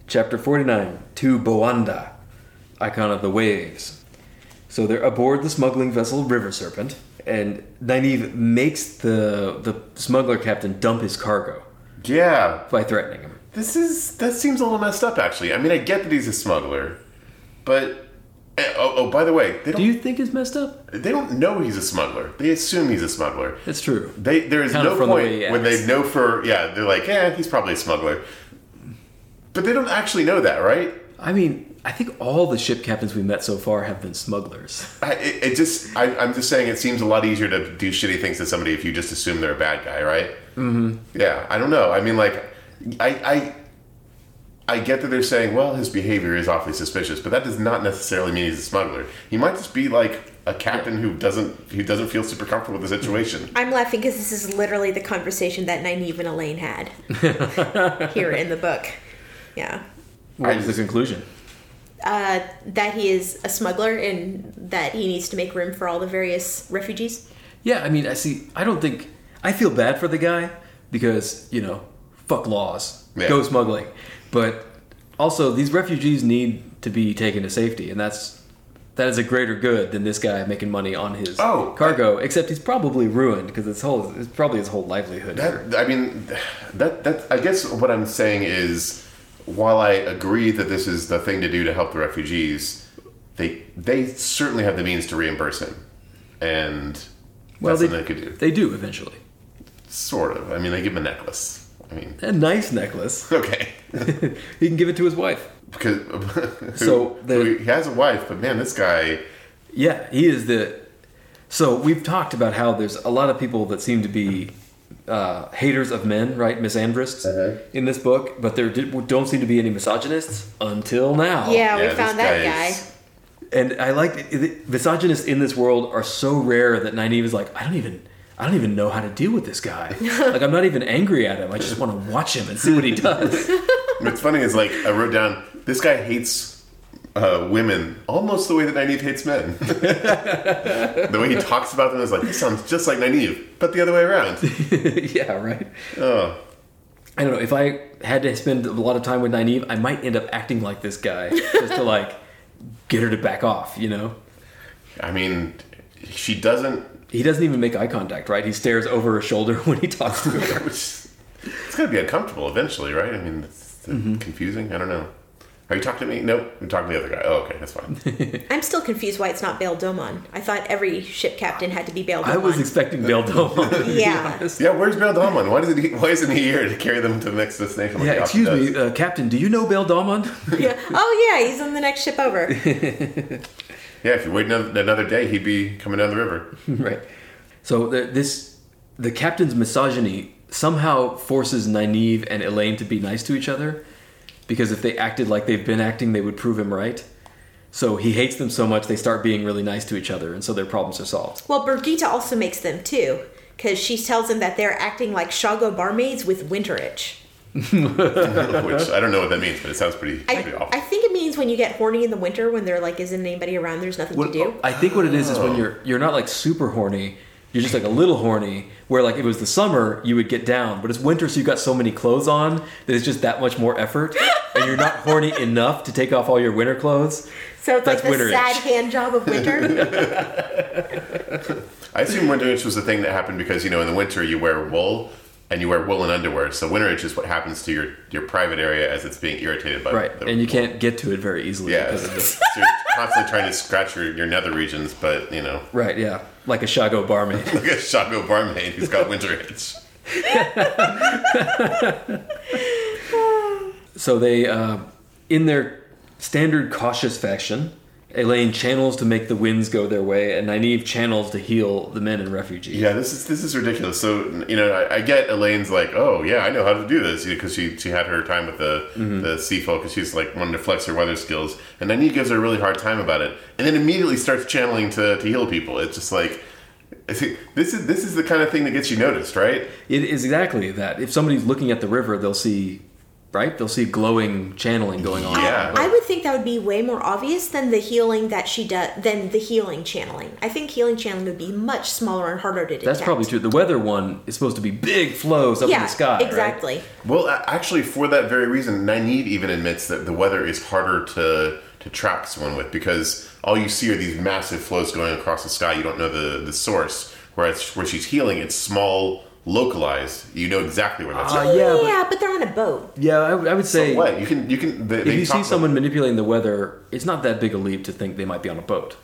Speaker 2: Chapter 49 To Boanda, icon of the waves. So they're aboard the smuggling vessel River Serpent, and Nynaeve makes the, the smuggler captain dump his cargo
Speaker 3: Yeah,
Speaker 2: by threatening him.
Speaker 3: This is that seems a little messed up, actually. I mean, I get that he's a smuggler, but eh, oh, oh by the way, they don't
Speaker 2: Do you think it's messed up?
Speaker 3: they don't know he's a smuggler. They assume he's a smuggler.
Speaker 2: It's true.
Speaker 3: They there is
Speaker 2: Kind of
Speaker 3: no
Speaker 2: from the way
Speaker 3: point
Speaker 2: he
Speaker 3: when
Speaker 2: acts.
Speaker 3: they know for yeah they're like yeah he's probably a smuggler, but they don't actually know that, right?
Speaker 2: I mean, I think all the ship captains we've met so far have been smugglers.
Speaker 3: I, it, it just I, I'm just saying it seems a lot easier to do shitty things to somebody if you just assume they're a bad guy, right? Mm-hmm. Yeah, I don't know. I mean, like, I I I get that they're saying, well, his behavior is awfully suspicious, but that does not necessarily mean he's a smuggler. He might just be like a captain who doesn't who doesn't feel super comfortable with the situation.
Speaker 1: I'm laughing because this is literally the conversation that Nynaeve and Elaine had here in the book. Yeah.
Speaker 2: What is the conclusion?
Speaker 1: Uh, that he is a smuggler and that he needs to make room for all the various refugees.
Speaker 2: Yeah, I mean, I see. I don't think I feel bad for the guy because you know, fuck laws,
Speaker 3: Yeah.
Speaker 2: go smuggling. But also, these refugees need to be taken to safety, and that's that is a greater good than this guy making money on his
Speaker 3: Oh,
Speaker 2: cargo. Except he's probably ruined because it's whole it's probably his whole livelihood. here.
Speaker 3: That I mean, that that I guess what I'm saying is, while I agree that this is the thing to do to help the refugees, they they certainly have the means to reimburse him, and
Speaker 2: Well,
Speaker 3: that's
Speaker 2: they-
Speaker 3: something they could do.
Speaker 2: They do eventually.
Speaker 3: Sort of. I mean, they give him a necklace. I mean,
Speaker 2: A nice necklace.
Speaker 3: okay,
Speaker 2: he can give it to his wife.
Speaker 3: because
Speaker 2: So
Speaker 3: who-
Speaker 2: the-
Speaker 3: who- he has a wife, but man, this guy.
Speaker 2: Yeah, he is the. So we've talked about how there's a lot of people that seem to be uh, haters of men, right? Misandrists
Speaker 3: Uh-huh.
Speaker 2: in this book, but there di- don't seem to be any misogynists until now.
Speaker 1: yeah, we
Speaker 3: this
Speaker 1: found that guy.
Speaker 3: is-
Speaker 2: and I like it- it- misogynists in this world are so rare that Nynaeve is like, I don't even. I don't even know how to deal with this guy. like I'm not even angry at him. I just want to watch him and see what he does.
Speaker 3: What's funny is like I wrote down this guy hates uh, women almost the way that Nynaeve hates men. the way he talks about them is like this sounds just like Nynaeve, but the other way around.
Speaker 2: yeah, right.
Speaker 3: Oh,
Speaker 2: I don't know. If I had to spend a lot of time with Nynaeve, I might end up acting like this guy just to like get her to back off. You know,
Speaker 3: I mean, she doesn't.
Speaker 2: he doesn't even make eye contact. Right? He stares over her shoulder when he talks to her.
Speaker 3: It's gonna be uncomfortable eventually, right? I mean, it's
Speaker 2: Mm-hmm.
Speaker 3: confusing. I don't know. Are you talking to me? Nope, I'm talking to the other guy. Oh, okay, that's fine.
Speaker 1: I'm still confused why it's not Bail Domon. I thought every ship captain had to be Bail Domon.
Speaker 2: I was expecting Bill Domo. to be
Speaker 1: Yeah.
Speaker 2: honest.
Speaker 3: Yeah, where's Bill Domon? Why does he? Why isn't he here to carry them to the next destination? like
Speaker 2: Yeah,
Speaker 3: he often
Speaker 2: excuse me,
Speaker 3: does?
Speaker 2: uh, Captain. Do you know Bill Domon?
Speaker 1: yeah. Oh yeah, he's on the next ship over.
Speaker 3: Yeah, if you wait another, another day, he'd be coming down the river.
Speaker 2: right. So the, this the captain's misogyny somehow forces Nynaeve and Elaine to be nice to each other because if they acted like they've been acting, they would prove him right. So he hates them so much they start being really nice to each other, and so their problems are solved.
Speaker 1: Well, Birgitta also makes them too, because she tells them that they're acting like Shago barmaids with Winterich.
Speaker 3: Which I don't know what that means, but it sounds pretty,
Speaker 1: I,
Speaker 3: pretty awful.
Speaker 1: I think it means when you get horny in the winter when they're like, isn't anybody around? There's nothing to do.
Speaker 2: I think what it is is when you're you're not like super horny, you're just like a little horny. Where like if it was the summer, you would get down, but it's winter, so you've got so many clothes on that it's just that much more effort, and you're not horny enough to take off all your winter clothes.
Speaker 1: so it's like the
Speaker 2: that's Winterich.
Speaker 1: sad hand job of winter.
Speaker 3: I, assume winter itch was the thing that happened because you know in the winter you wear wool and you wear woolen underwear, so winter itch is what happens to your your private area as it's being irritated by
Speaker 2: Right,
Speaker 3: the
Speaker 2: and you can't get to it very easily
Speaker 3: yeah.
Speaker 2: because of this.
Speaker 3: so you're constantly trying to scratch your, your nether regions, but you know,
Speaker 2: Right, yeah, like a Shago barmaid.
Speaker 3: look at Shago barmaid who's got winter itch.
Speaker 2: So they, uh, in their standard cautious fashion, Elaine channels to make the winds go their way, and Nynaeve channels to heal the men and refugees.
Speaker 3: Yeah, this is this is ridiculous. So you know, I, I get Elaine's like, oh yeah, I know how to do this because she she had her time with the the sea folk, and she's like wanting to flex her weather skills, and then he gives her a really hard time about it, and then immediately starts channeling to, to heal people. It's just like. I think This is this is the kind of thing that gets you noticed, right?
Speaker 2: It is exactly that. If somebody's looking at the river, they'll see, right? They'll see glowing channeling going on.
Speaker 3: Yeah.
Speaker 1: I would think that would be way more obvious than the healing that she does than the healing channeling. I think healing channeling would be much smaller and harder to detect.
Speaker 2: That's probably true. The weather one is supposed to be big flows up
Speaker 1: Yeah,
Speaker 2: in the sky. right?
Speaker 1: exactly.
Speaker 3: Well, a- actually, for that very reason, Nynaeve even admits that the weather is harder to to track someone with because all you see are these massive flows going across the sky. You don't know the the source. Whereas where she's healing, it's small, localized. You know exactly where that's.
Speaker 2: Ah,
Speaker 3: at.
Speaker 1: Yeah,
Speaker 2: yeah, but-
Speaker 1: but, they're on a boat.
Speaker 2: Yeah, I, would- I would say
Speaker 3: What you can you can. They,
Speaker 2: if
Speaker 3: they
Speaker 2: you
Speaker 3: talk
Speaker 2: see
Speaker 3: about-
Speaker 2: someone manipulating the weather, it's not that big a leap to think they might be on a boat.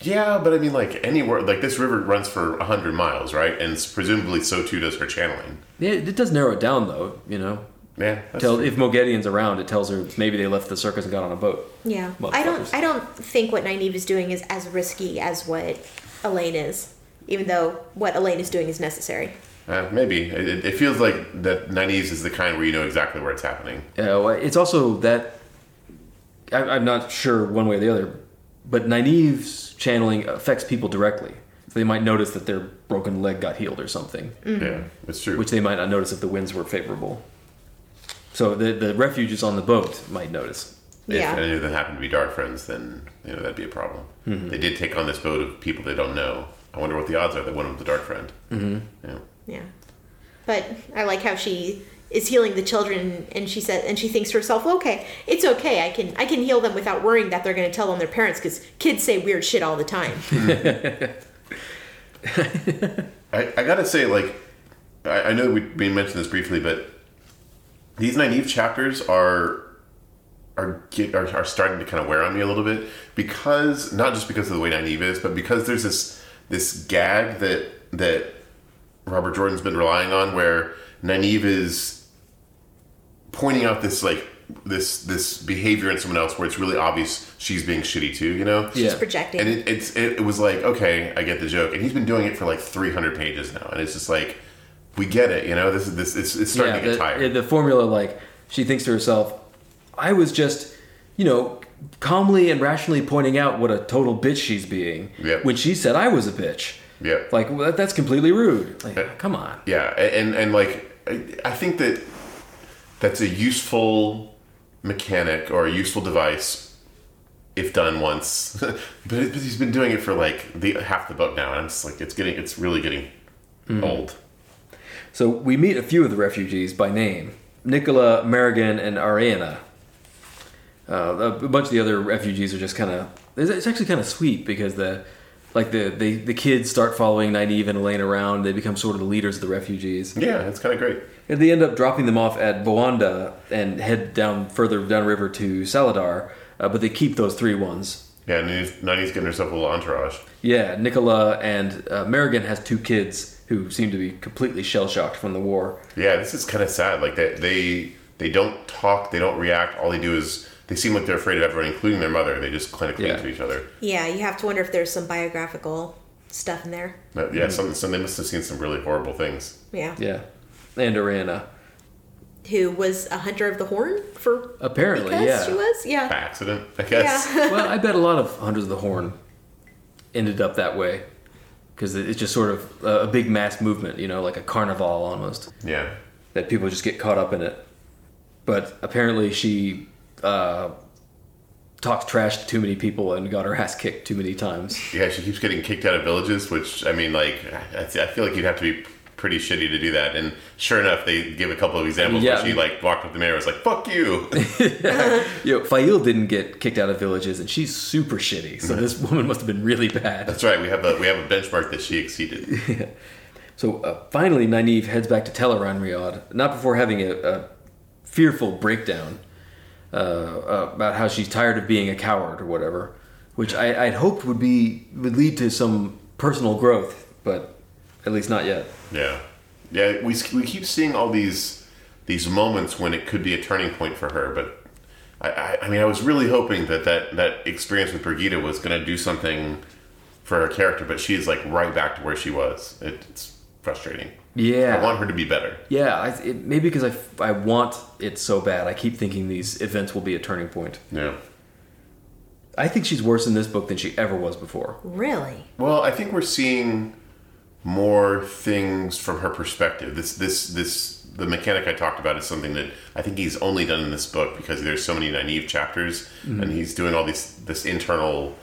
Speaker 3: Yeah, but I mean, like anywhere, like this river runs for hundred miles, right? And s- presumably, so too does her channeling.
Speaker 2: Yeah, it does narrow it down though. You know,
Speaker 3: Yeah, that's
Speaker 2: Tell,
Speaker 3: true.
Speaker 2: if Mogedian's around, it tells her maybe they left the circus and got on a boat.
Speaker 1: Yeah, I
Speaker 2: Motherfuckers.
Speaker 1: don't. I don't think what Nynaeve is doing is as risky as what Elaine is, even though what Elaine is doing is necessary.
Speaker 3: Uh, maybe it, it- it feels like that. Nynaeve's is the kind where you know exactly where it's happening.
Speaker 2: Yeah, well, it's also that I, I'm not sure one way or the other, but Nynaeve's channeling affects people directly. So they might notice that their broken leg got healed or something,
Speaker 3: Yeah, it's true.
Speaker 2: Mm-hmm. which they might not notice if the winds were favorable. So the the refugees on the boat might notice.
Speaker 3: If
Speaker 1: Yeah.
Speaker 3: any of them happen to be dark friends, then you know that'd be a problem. They did take on this boat of people they don't know. I wonder what the odds are that one of them's a dark friend. Mm-hmm. Yeah.
Speaker 1: Yeah. But I like how she is healing the children and she said and she thinks to herself, "Okay, it's okay. I can I can heal them without worrying that they're going to tell on their parents cuz kids say weird shit all the time."
Speaker 3: I, I gotta say, like, I, I know we, we mentioned this briefly, but these naive chapters are are, get, are are starting to kind of wear on me a little bit because not just because of the way naive is, but because there's this this gag that that Robert Jordan's been relying on where naive is pointing out this like this this behavior in someone else where it's really obvious she's being shitty too, you know?
Speaker 2: Yeah.
Speaker 1: She's projecting.
Speaker 3: And it, it's it, it was like, okay, I get the joke. And he's been doing it for like 300 pages now, and it's just like, we get it. You know, this is this it's, it's starting to get
Speaker 2: the,
Speaker 3: tired.
Speaker 2: yeah, the formula, like, she thinks to herself, I was just, you know, calmly and rationally pointing out what a total bitch she's being
Speaker 3: Yep.
Speaker 2: when she said I was a bitch.
Speaker 3: Yeah.
Speaker 2: Like, well, that, that's completely rude. Like,
Speaker 3: Yeah.
Speaker 2: come on.
Speaker 3: yeah, a- and and like, I, I think that that's a useful mechanic or a useful device if done once. but, but he's been doing it for like the half the book now, and I'm just like, it's getting it's really getting
Speaker 2: Mm.
Speaker 3: old.
Speaker 2: So we meet a few of the refugees by name Nicola, Marigan, and Ariana. Uh, a a bunch of the other refugees are just kind of. It's it's actually kind of sweet because the. Like the, the the kids start following Nynaeve and Elaine around. They become sort of the leaders of the refugees.
Speaker 3: Yeah, it's kind of great.
Speaker 2: And they end up dropping them off at Boanda and head down further downriver to Saladar, uh, but they keep those three ones.
Speaker 3: Yeah, and he's, now he's getting herself a little entourage.
Speaker 2: Yeah, Nicola and uh, Merrigan has two kids who seem to be completely shell shocked from the war.
Speaker 3: Yeah, this is kind of sad. Like they they they don't talk, they don't react. All they do is They seem like they're afraid of everyone, including their mother. They just kind of cling
Speaker 2: Yeah.
Speaker 3: to each other.
Speaker 1: Yeah, you have to wonder if there's some biographical stuff in there.
Speaker 3: Uh,
Speaker 2: Mm-hmm.
Speaker 3: Yeah, some, some, they must have seen some really horrible things.
Speaker 1: Yeah.
Speaker 2: Yeah. And Arana.
Speaker 1: Who was a hunter of the horn for
Speaker 2: Apparently,
Speaker 1: because
Speaker 2: yeah.
Speaker 1: she was?
Speaker 3: By
Speaker 1: Yeah.
Speaker 3: accident, I guess.
Speaker 1: Yeah.
Speaker 2: well, I bet a lot of Hunters of the Horn ended up that way because it's just sort of uh, a, a big mass movement, you know, like a carnival almost,
Speaker 3: Yeah.
Speaker 2: that people just get caught up in it. But apparently, she uh, talked trash to too many people and got her ass kicked too many times.
Speaker 3: Yeah, she keeps getting kicked out of villages, which, I mean, like, I, I feel like you'd have to be pretty shitty to do that. And sure enough, they give a couple of examples
Speaker 2: Yeah.
Speaker 3: where she, like, walked up to the mayor and was like, fuck you.
Speaker 2: You know, Fail didn't get kicked out of villages, and she's super shitty. So this woman must have been really bad.
Speaker 3: That's right. We have a we have a benchmark that she exceeded.
Speaker 2: So uh, finally, Nynaeve heads back to Teleron Riyadh, not before having a, a fearful breakdown uh, uh, about how she's tired of being a coward or whatever, which I, I'd hoped would be would lead to some personal growth, but at least not yet.
Speaker 3: Yeah, yeah. We we keep seeing all these these moments when it could be a turning point for her, but I I, I mean I was really hoping that that that experience with Brigida was going to do something for her character, but she is like right back to where she was. It, it's frustrating.
Speaker 2: Yeah.
Speaker 3: I want her to be better.
Speaker 2: Yeah, I, it, maybe because I, f- I want it so bad. I keep thinking these events will be a turning point.
Speaker 3: Yeah.
Speaker 2: I think she's worse in this book than she ever was before.
Speaker 1: Really?
Speaker 3: Well, I think we're seeing more things from her perspective. This this this the mechanic I talked about is something that I think he's only done in this book because there's so many naive chapters, and he's doing all these this internal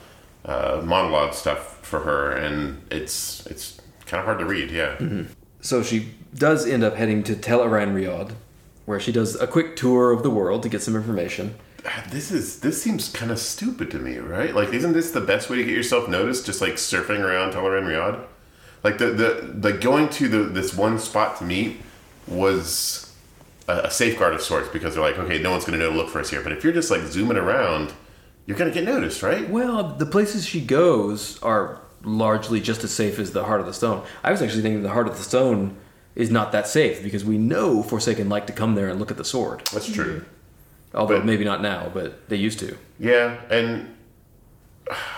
Speaker 3: uh, monologue stuff for her, and it's it's kind of hard to read. Yeah,
Speaker 2: So she does end up heading to Tel Aran Riyadh, where she does a quick tour of the world to get some information.
Speaker 3: this is this seems kind of stupid to me, right? Like, isn't this the best way to get yourself noticed? Just like surfing around Teleran Riyadh, like the the the going to the this one spot to meet was a, a safeguard of sorts because they're like, okay, no one's going to know to look for us here. But if you're just like zooming around, you're going to get noticed, right?
Speaker 2: Well, the places she goes are largely just as safe as the Heart of the Stone. I was actually thinking the Heart of the Stone is not that safe because we know Forsaken like to come there and look at the sword.
Speaker 3: That's true.
Speaker 2: Although
Speaker 3: But-
Speaker 2: maybe not now, but they used to.
Speaker 3: Yeah, and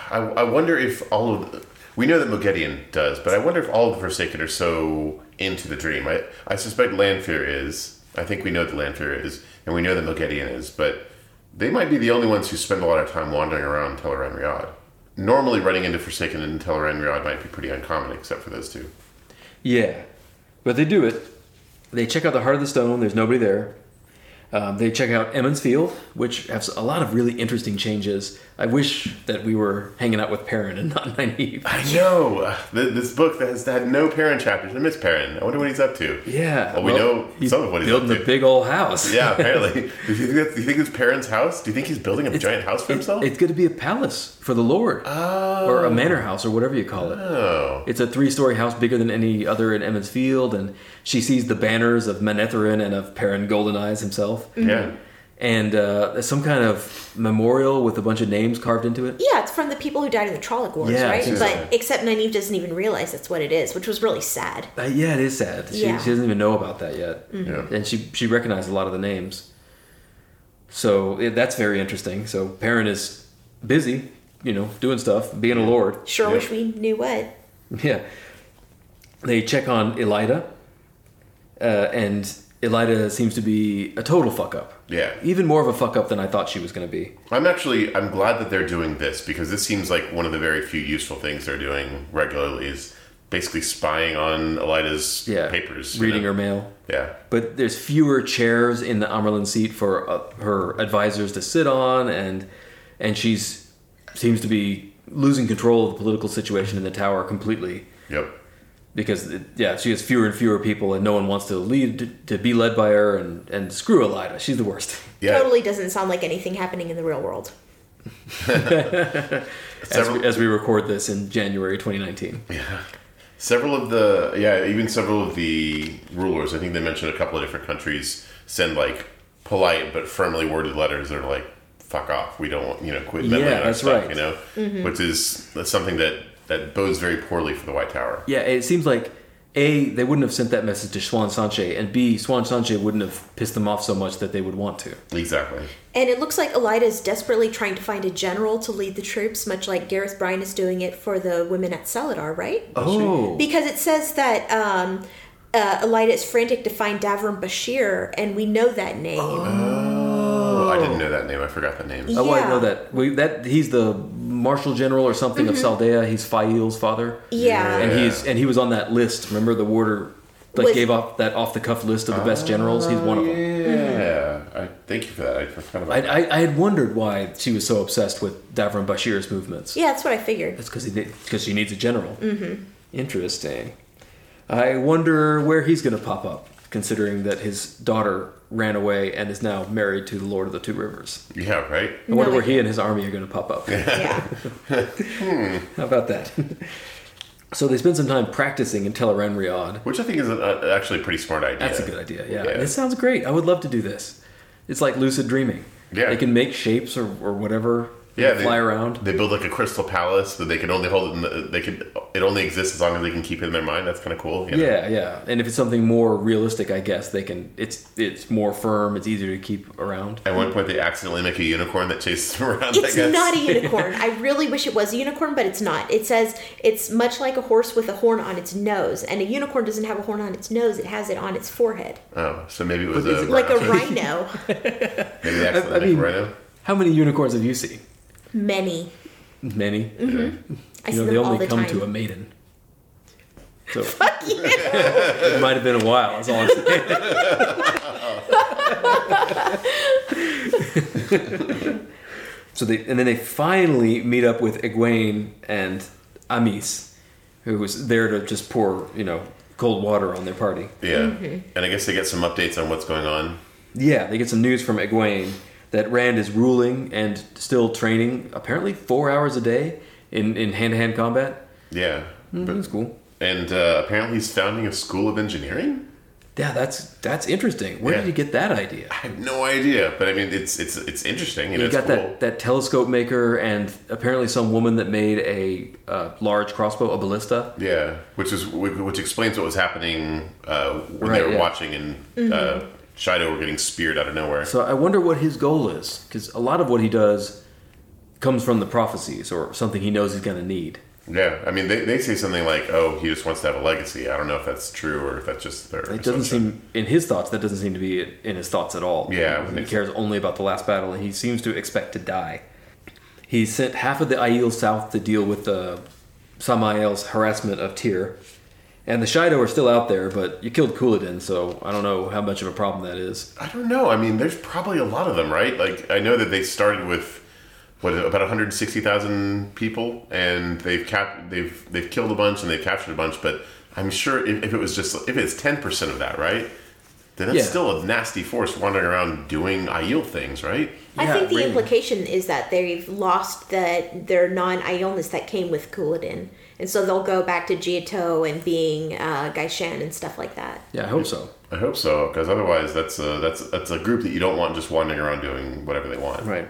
Speaker 3: I, I wonder if all of the, we know that Mogedion does, but I wonder if all of the Forsaken are so into the dream. I I suspect Lanfear is. I think we know that Lanfear is, and we know that Mogedion is, but they might be the only ones who spend a lot of time wandering around Teleran Riyadh. Normally, running into Forsaken and Teleran Riyadh might be pretty uncommon, except for those two.
Speaker 2: Yeah, but they do it. They check out the Heart of the Stone. There's nobody there. Um, they check out Emmons Field, which has a lot of really interesting changes. I wish that we were hanging out with Perrin and not Nynaeve.
Speaker 3: I know uh, th- this book that has had no Perrin chapters. I miss Perrin. I wonder what he's up to.
Speaker 2: Yeah.
Speaker 3: Well, we know
Speaker 2: he's
Speaker 3: some of what he's
Speaker 2: building
Speaker 3: up
Speaker 2: a
Speaker 3: to.
Speaker 2: big old house.
Speaker 3: Yeah, apparently. do, you think that's, do you think his parents' house? Do you think he's building a giant house for himself?
Speaker 2: It's going to be a palace for the Lord,
Speaker 3: oh,
Speaker 2: or a manor house, or whatever you call it.
Speaker 3: oh,
Speaker 2: It's a three-story house bigger than any other in Emmons Field, and she sees the banners of Manetherin and of Perrin Golden Eyes himself,
Speaker 3: yeah.
Speaker 2: and uh, there's some kind of memorial with a bunch of names carved into it.
Speaker 1: Yeah, it's from the people who died in the Trolloc Wars,
Speaker 2: Yeah,
Speaker 1: right?
Speaker 2: it's-
Speaker 1: But except Nynaeve doesn't even realize that's what it is, which was really sad.
Speaker 2: Uh, yeah, it is sad. She,
Speaker 1: Yeah.
Speaker 2: she doesn't even know about that yet,
Speaker 3: Yeah.
Speaker 2: and she she recognized a lot of the names. So it, that's very interesting. So Perrin is busy, you know, doing stuff, being a lord.
Speaker 1: Sure
Speaker 3: Yeah.
Speaker 1: wish we knew what.
Speaker 2: Yeah. They check on Elida, uh, and Elida seems to be a total fuck up.
Speaker 3: Yeah.
Speaker 2: Even more of a fuck up than I thought she was going to be.
Speaker 3: I'm actually I'm glad that they're doing this because this seems like one of the very few useful things they're doing regularly is basically spying on Elida's
Speaker 2: Yeah.
Speaker 3: papers, you
Speaker 2: Reading
Speaker 3: know?
Speaker 2: her mail.
Speaker 3: Yeah,
Speaker 2: But there's fewer chairs in the Amerlin seat for uh, her advisors to sit on, and and she's seems to be losing control of the political situation in the tower completely
Speaker 3: yep.
Speaker 2: because it- yeah, she has fewer and fewer people, and no one wants to lead to, to be led by her, and and screw Elida, she's the worst.
Speaker 3: Yeah,
Speaker 1: Totally doesn't sound like anything happening in the real world.
Speaker 2: as
Speaker 3: Several-
Speaker 2: we, as we record this in January 2019.
Speaker 3: Several of the yeah, even several of the rulers. I think they mentioned a couple of different countries send like polite but firmly worded letters that are like "fuck off," we don't want you know quit meddling
Speaker 2: Yeah,
Speaker 3: in our
Speaker 2: that's
Speaker 3: stuff,"
Speaker 2: right.
Speaker 3: You know, which is that's something that that bodes very poorly for the White Tower.
Speaker 2: Yeah, it seems like A, they wouldn't have sent that message to Swan Sanche, and B, Swan Sanche wouldn't have pissed them off so much that they would want to.
Speaker 3: Exactly.
Speaker 1: And it looks like Elida is desperately trying to find a general to lead the troops, much like Gareth Bryan is doing it for the women at Saladar, right?
Speaker 2: Oh,
Speaker 1: Because it says that um, uh, Elida is frantic to find Davram Bashir, and we know that name.
Speaker 3: Oh, I didn't know that name. I forgot that name.
Speaker 1: Yeah.
Speaker 2: oh, I know that. We, that he's the Marshal General or something of Saldea. He's Fael's father.
Speaker 1: Mm-hmm. Yeah.
Speaker 2: and he's and he was on that list. Remember the warder like
Speaker 1: Was-
Speaker 2: gave off that off the cuff list of the best generals. He's one of
Speaker 1: Oh,
Speaker 2: them.
Speaker 3: Yeah. I, thank you for that. I forgot about
Speaker 2: I,
Speaker 3: that.
Speaker 2: I, I had wondered why she was so obsessed with Davram Bashir's movements.
Speaker 1: Yeah, that's what I figured.
Speaker 2: That's because he because she needs a general. Mm-hmm. Interesting. I wonder where he's going to pop up, considering that his daughter ran away and is now married to the Lord of the Two Rivers.
Speaker 3: Yeah, right?
Speaker 2: I wonder
Speaker 1: No
Speaker 2: where he
Speaker 1: idea.
Speaker 2: and his army are going to pop up.
Speaker 1: yeah.
Speaker 2: How about that? so they spend some time practicing in Teleran Riyadh.
Speaker 3: Which I think is a, a, actually a pretty smart idea.
Speaker 2: That's a good idea. Yeah.
Speaker 3: Yeah.
Speaker 2: This sounds great. I would love to do this. It's like lucid dreaming.
Speaker 3: Yeah.
Speaker 2: They can make shapes or, or whatever. They
Speaker 3: Yeah,
Speaker 2: can fly around.
Speaker 3: They build like a crystal palace that they can only hold it. In the, they can. It only exists as long as they can keep it in their mind. That's kind of cool. you know?
Speaker 2: Yeah, yeah. And if it's something more realistic, I guess they can. It's it's more firm. It's easier to keep around.
Speaker 3: At one point, they accidentally make a unicorn that chases them around. I
Speaker 1: It's
Speaker 3: guess.
Speaker 1: not e- a unicorn. I really wish it was a unicorn, but it's not. It says it's much like a horse with a horn on its nose, and a unicorn doesn't have a horn on its nose, it has it on its forehead.
Speaker 3: oh, so maybe it was
Speaker 2: But is
Speaker 3: a
Speaker 2: it
Speaker 1: Like a
Speaker 3: rhino.
Speaker 1: rhino.
Speaker 3: Maybe they accidentally
Speaker 2: I- I
Speaker 3: make a
Speaker 2: mean-
Speaker 3: rhino.
Speaker 2: How many unicorns have you seen?
Speaker 1: Many.
Speaker 2: Many.
Speaker 1: I
Speaker 2: You
Speaker 1: see
Speaker 2: know,
Speaker 1: them
Speaker 2: they
Speaker 1: all
Speaker 2: only
Speaker 1: the
Speaker 2: come
Speaker 1: time.
Speaker 2: to a maiden. So
Speaker 1: Fuck you.
Speaker 2: it might have been a while. That's all I'm saying. so they and then they finally meet up with Egwene and Amis, who was there to just pour you know cold water on their party.
Speaker 3: Yeah,
Speaker 1: Mm-hmm.
Speaker 3: and I guess they get some updates on what's going on.
Speaker 2: Yeah, they get some news from Egwene that Rand is ruling and still training, apparently four hours a day in in hand to hand combat.
Speaker 3: Yeah,
Speaker 2: That's cool.
Speaker 3: and uh, apparently he's founding a school of engineering.
Speaker 2: Yeah, that's that's interesting. Where
Speaker 3: Yeah.
Speaker 2: did you get that idea?
Speaker 3: I have no idea, but I mean, it's it's it's interesting. You know,
Speaker 2: You
Speaker 3: it's
Speaker 2: got
Speaker 3: cool.
Speaker 2: that, that telescope maker and apparently some woman that made a uh, large crossbow, a ballista.
Speaker 3: Yeah, which is wh- which explains what was happening uh, when
Speaker 2: Right,
Speaker 3: they
Speaker 2: yeah.
Speaker 3: were
Speaker 2: Mm-hmm.
Speaker 3: watching and uh, Shido were getting speared out of nowhere.
Speaker 2: So I wonder what his goal is, because a lot of what he does comes from the prophecies or something he knows he's going to need.
Speaker 3: yeah, I mean, they, they say something like, "Oh, he just wants to have a legacy." I don't know if that's true or if that's just their.
Speaker 2: It doesn't
Speaker 3: assumption.
Speaker 2: seem in his thoughts. That doesn't seem to be in his thoughts at all.
Speaker 3: Yeah, I
Speaker 2: he
Speaker 3: wouldn't
Speaker 2: cares only about the last battle, and he seems to expect to die. He sent half of the Aiel south to deal with the Samael's harassment of Tyr, and the Shido are still out there. But you killed Cooladin, so I don't know how much of a problem that is.
Speaker 3: I don't know. I mean, there's probably a lot of them, right? Like, I know that they started with what about 160,000 people, and they've cap they've they've killed a bunch and they've captured a bunch. But I'm sure if, if it was just if it's 10 percent of that, right? Then it's
Speaker 2: Yeah.
Speaker 3: still a nasty force wandering around doing Aiel things, right?
Speaker 1: I
Speaker 2: Yeah,
Speaker 1: think the
Speaker 2: really.
Speaker 1: implication is that they've lost the, their non illness that came with Cooladin. And so they'll go back to Giotto and being uh, Gaishan and stuff like that.
Speaker 2: Yeah, I hope so.
Speaker 3: I hope so, because otherwise, that's a that's that's a group that you don't want just wandering around doing whatever they want.
Speaker 2: Right.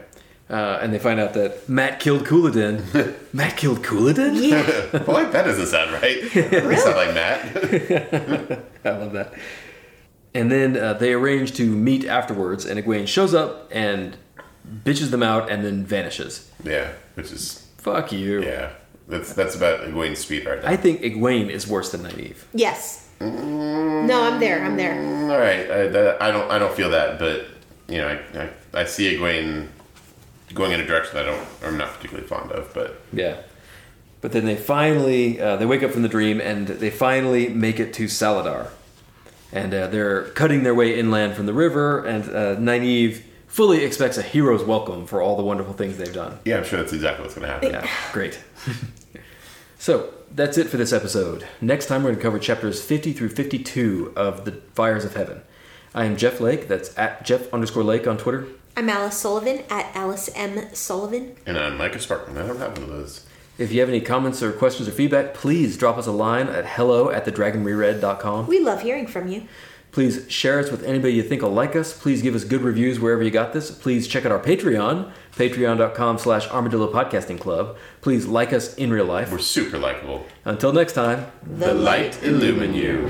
Speaker 2: Uh, and they find out that Matt killed Cooladin. Matt killed Cooladin.
Speaker 1: Yeah.
Speaker 3: well, like that doesn't sound right. It doesn't sound like Matt.
Speaker 2: I love that. And then uh, they arrange to meet afterwards, and Egwene shows up and bitches them out and then vanishes.
Speaker 3: yeah, which is
Speaker 2: Fuck you.
Speaker 3: yeah. That's that's about Egwene's speed right now.
Speaker 2: I think Egwene is worse than Nynaeve.
Speaker 1: yes. No, I'm there. I'm there.
Speaker 3: Mm, All right, I, that, I don't I don't feel that, but you know, I, I, I see Egwene going in a direction that I don't I'm not particularly fond of, but
Speaker 2: Yeah. But then they finally, uh, they wake up from the dream and they finally make it to Saladar. And uh, they're cutting their way inland from the river, and uh, Nynaeve fully expects a hero's welcome for all the wonderful things they've done.
Speaker 3: yeah, I'm sure that's exactly what's going to happen.
Speaker 2: Yeah, great. so that's it for this episode. Next time we're going to cover chapters 50 through 52 of The Fires of Heaven. I am Jeff Lake. That's at Jeff underscore Lake on Twitter.
Speaker 1: I'm Alice Sullivan at Alice M. Sullivan.
Speaker 3: And I'm Micah Sparkman. I don't have one of those.
Speaker 2: If you have any comments or questions or feedback, please drop us a line at hello at thedragonreread.com.
Speaker 1: We love hearing from you.
Speaker 2: Please share us with anybody you think will like us. Please give us good reviews wherever you got this. Please check out our Patreon, patreon.com slash armadillo podcasting club. Please like us in real life.
Speaker 3: We're super likable.
Speaker 2: Until next time.
Speaker 3: The light illumine you.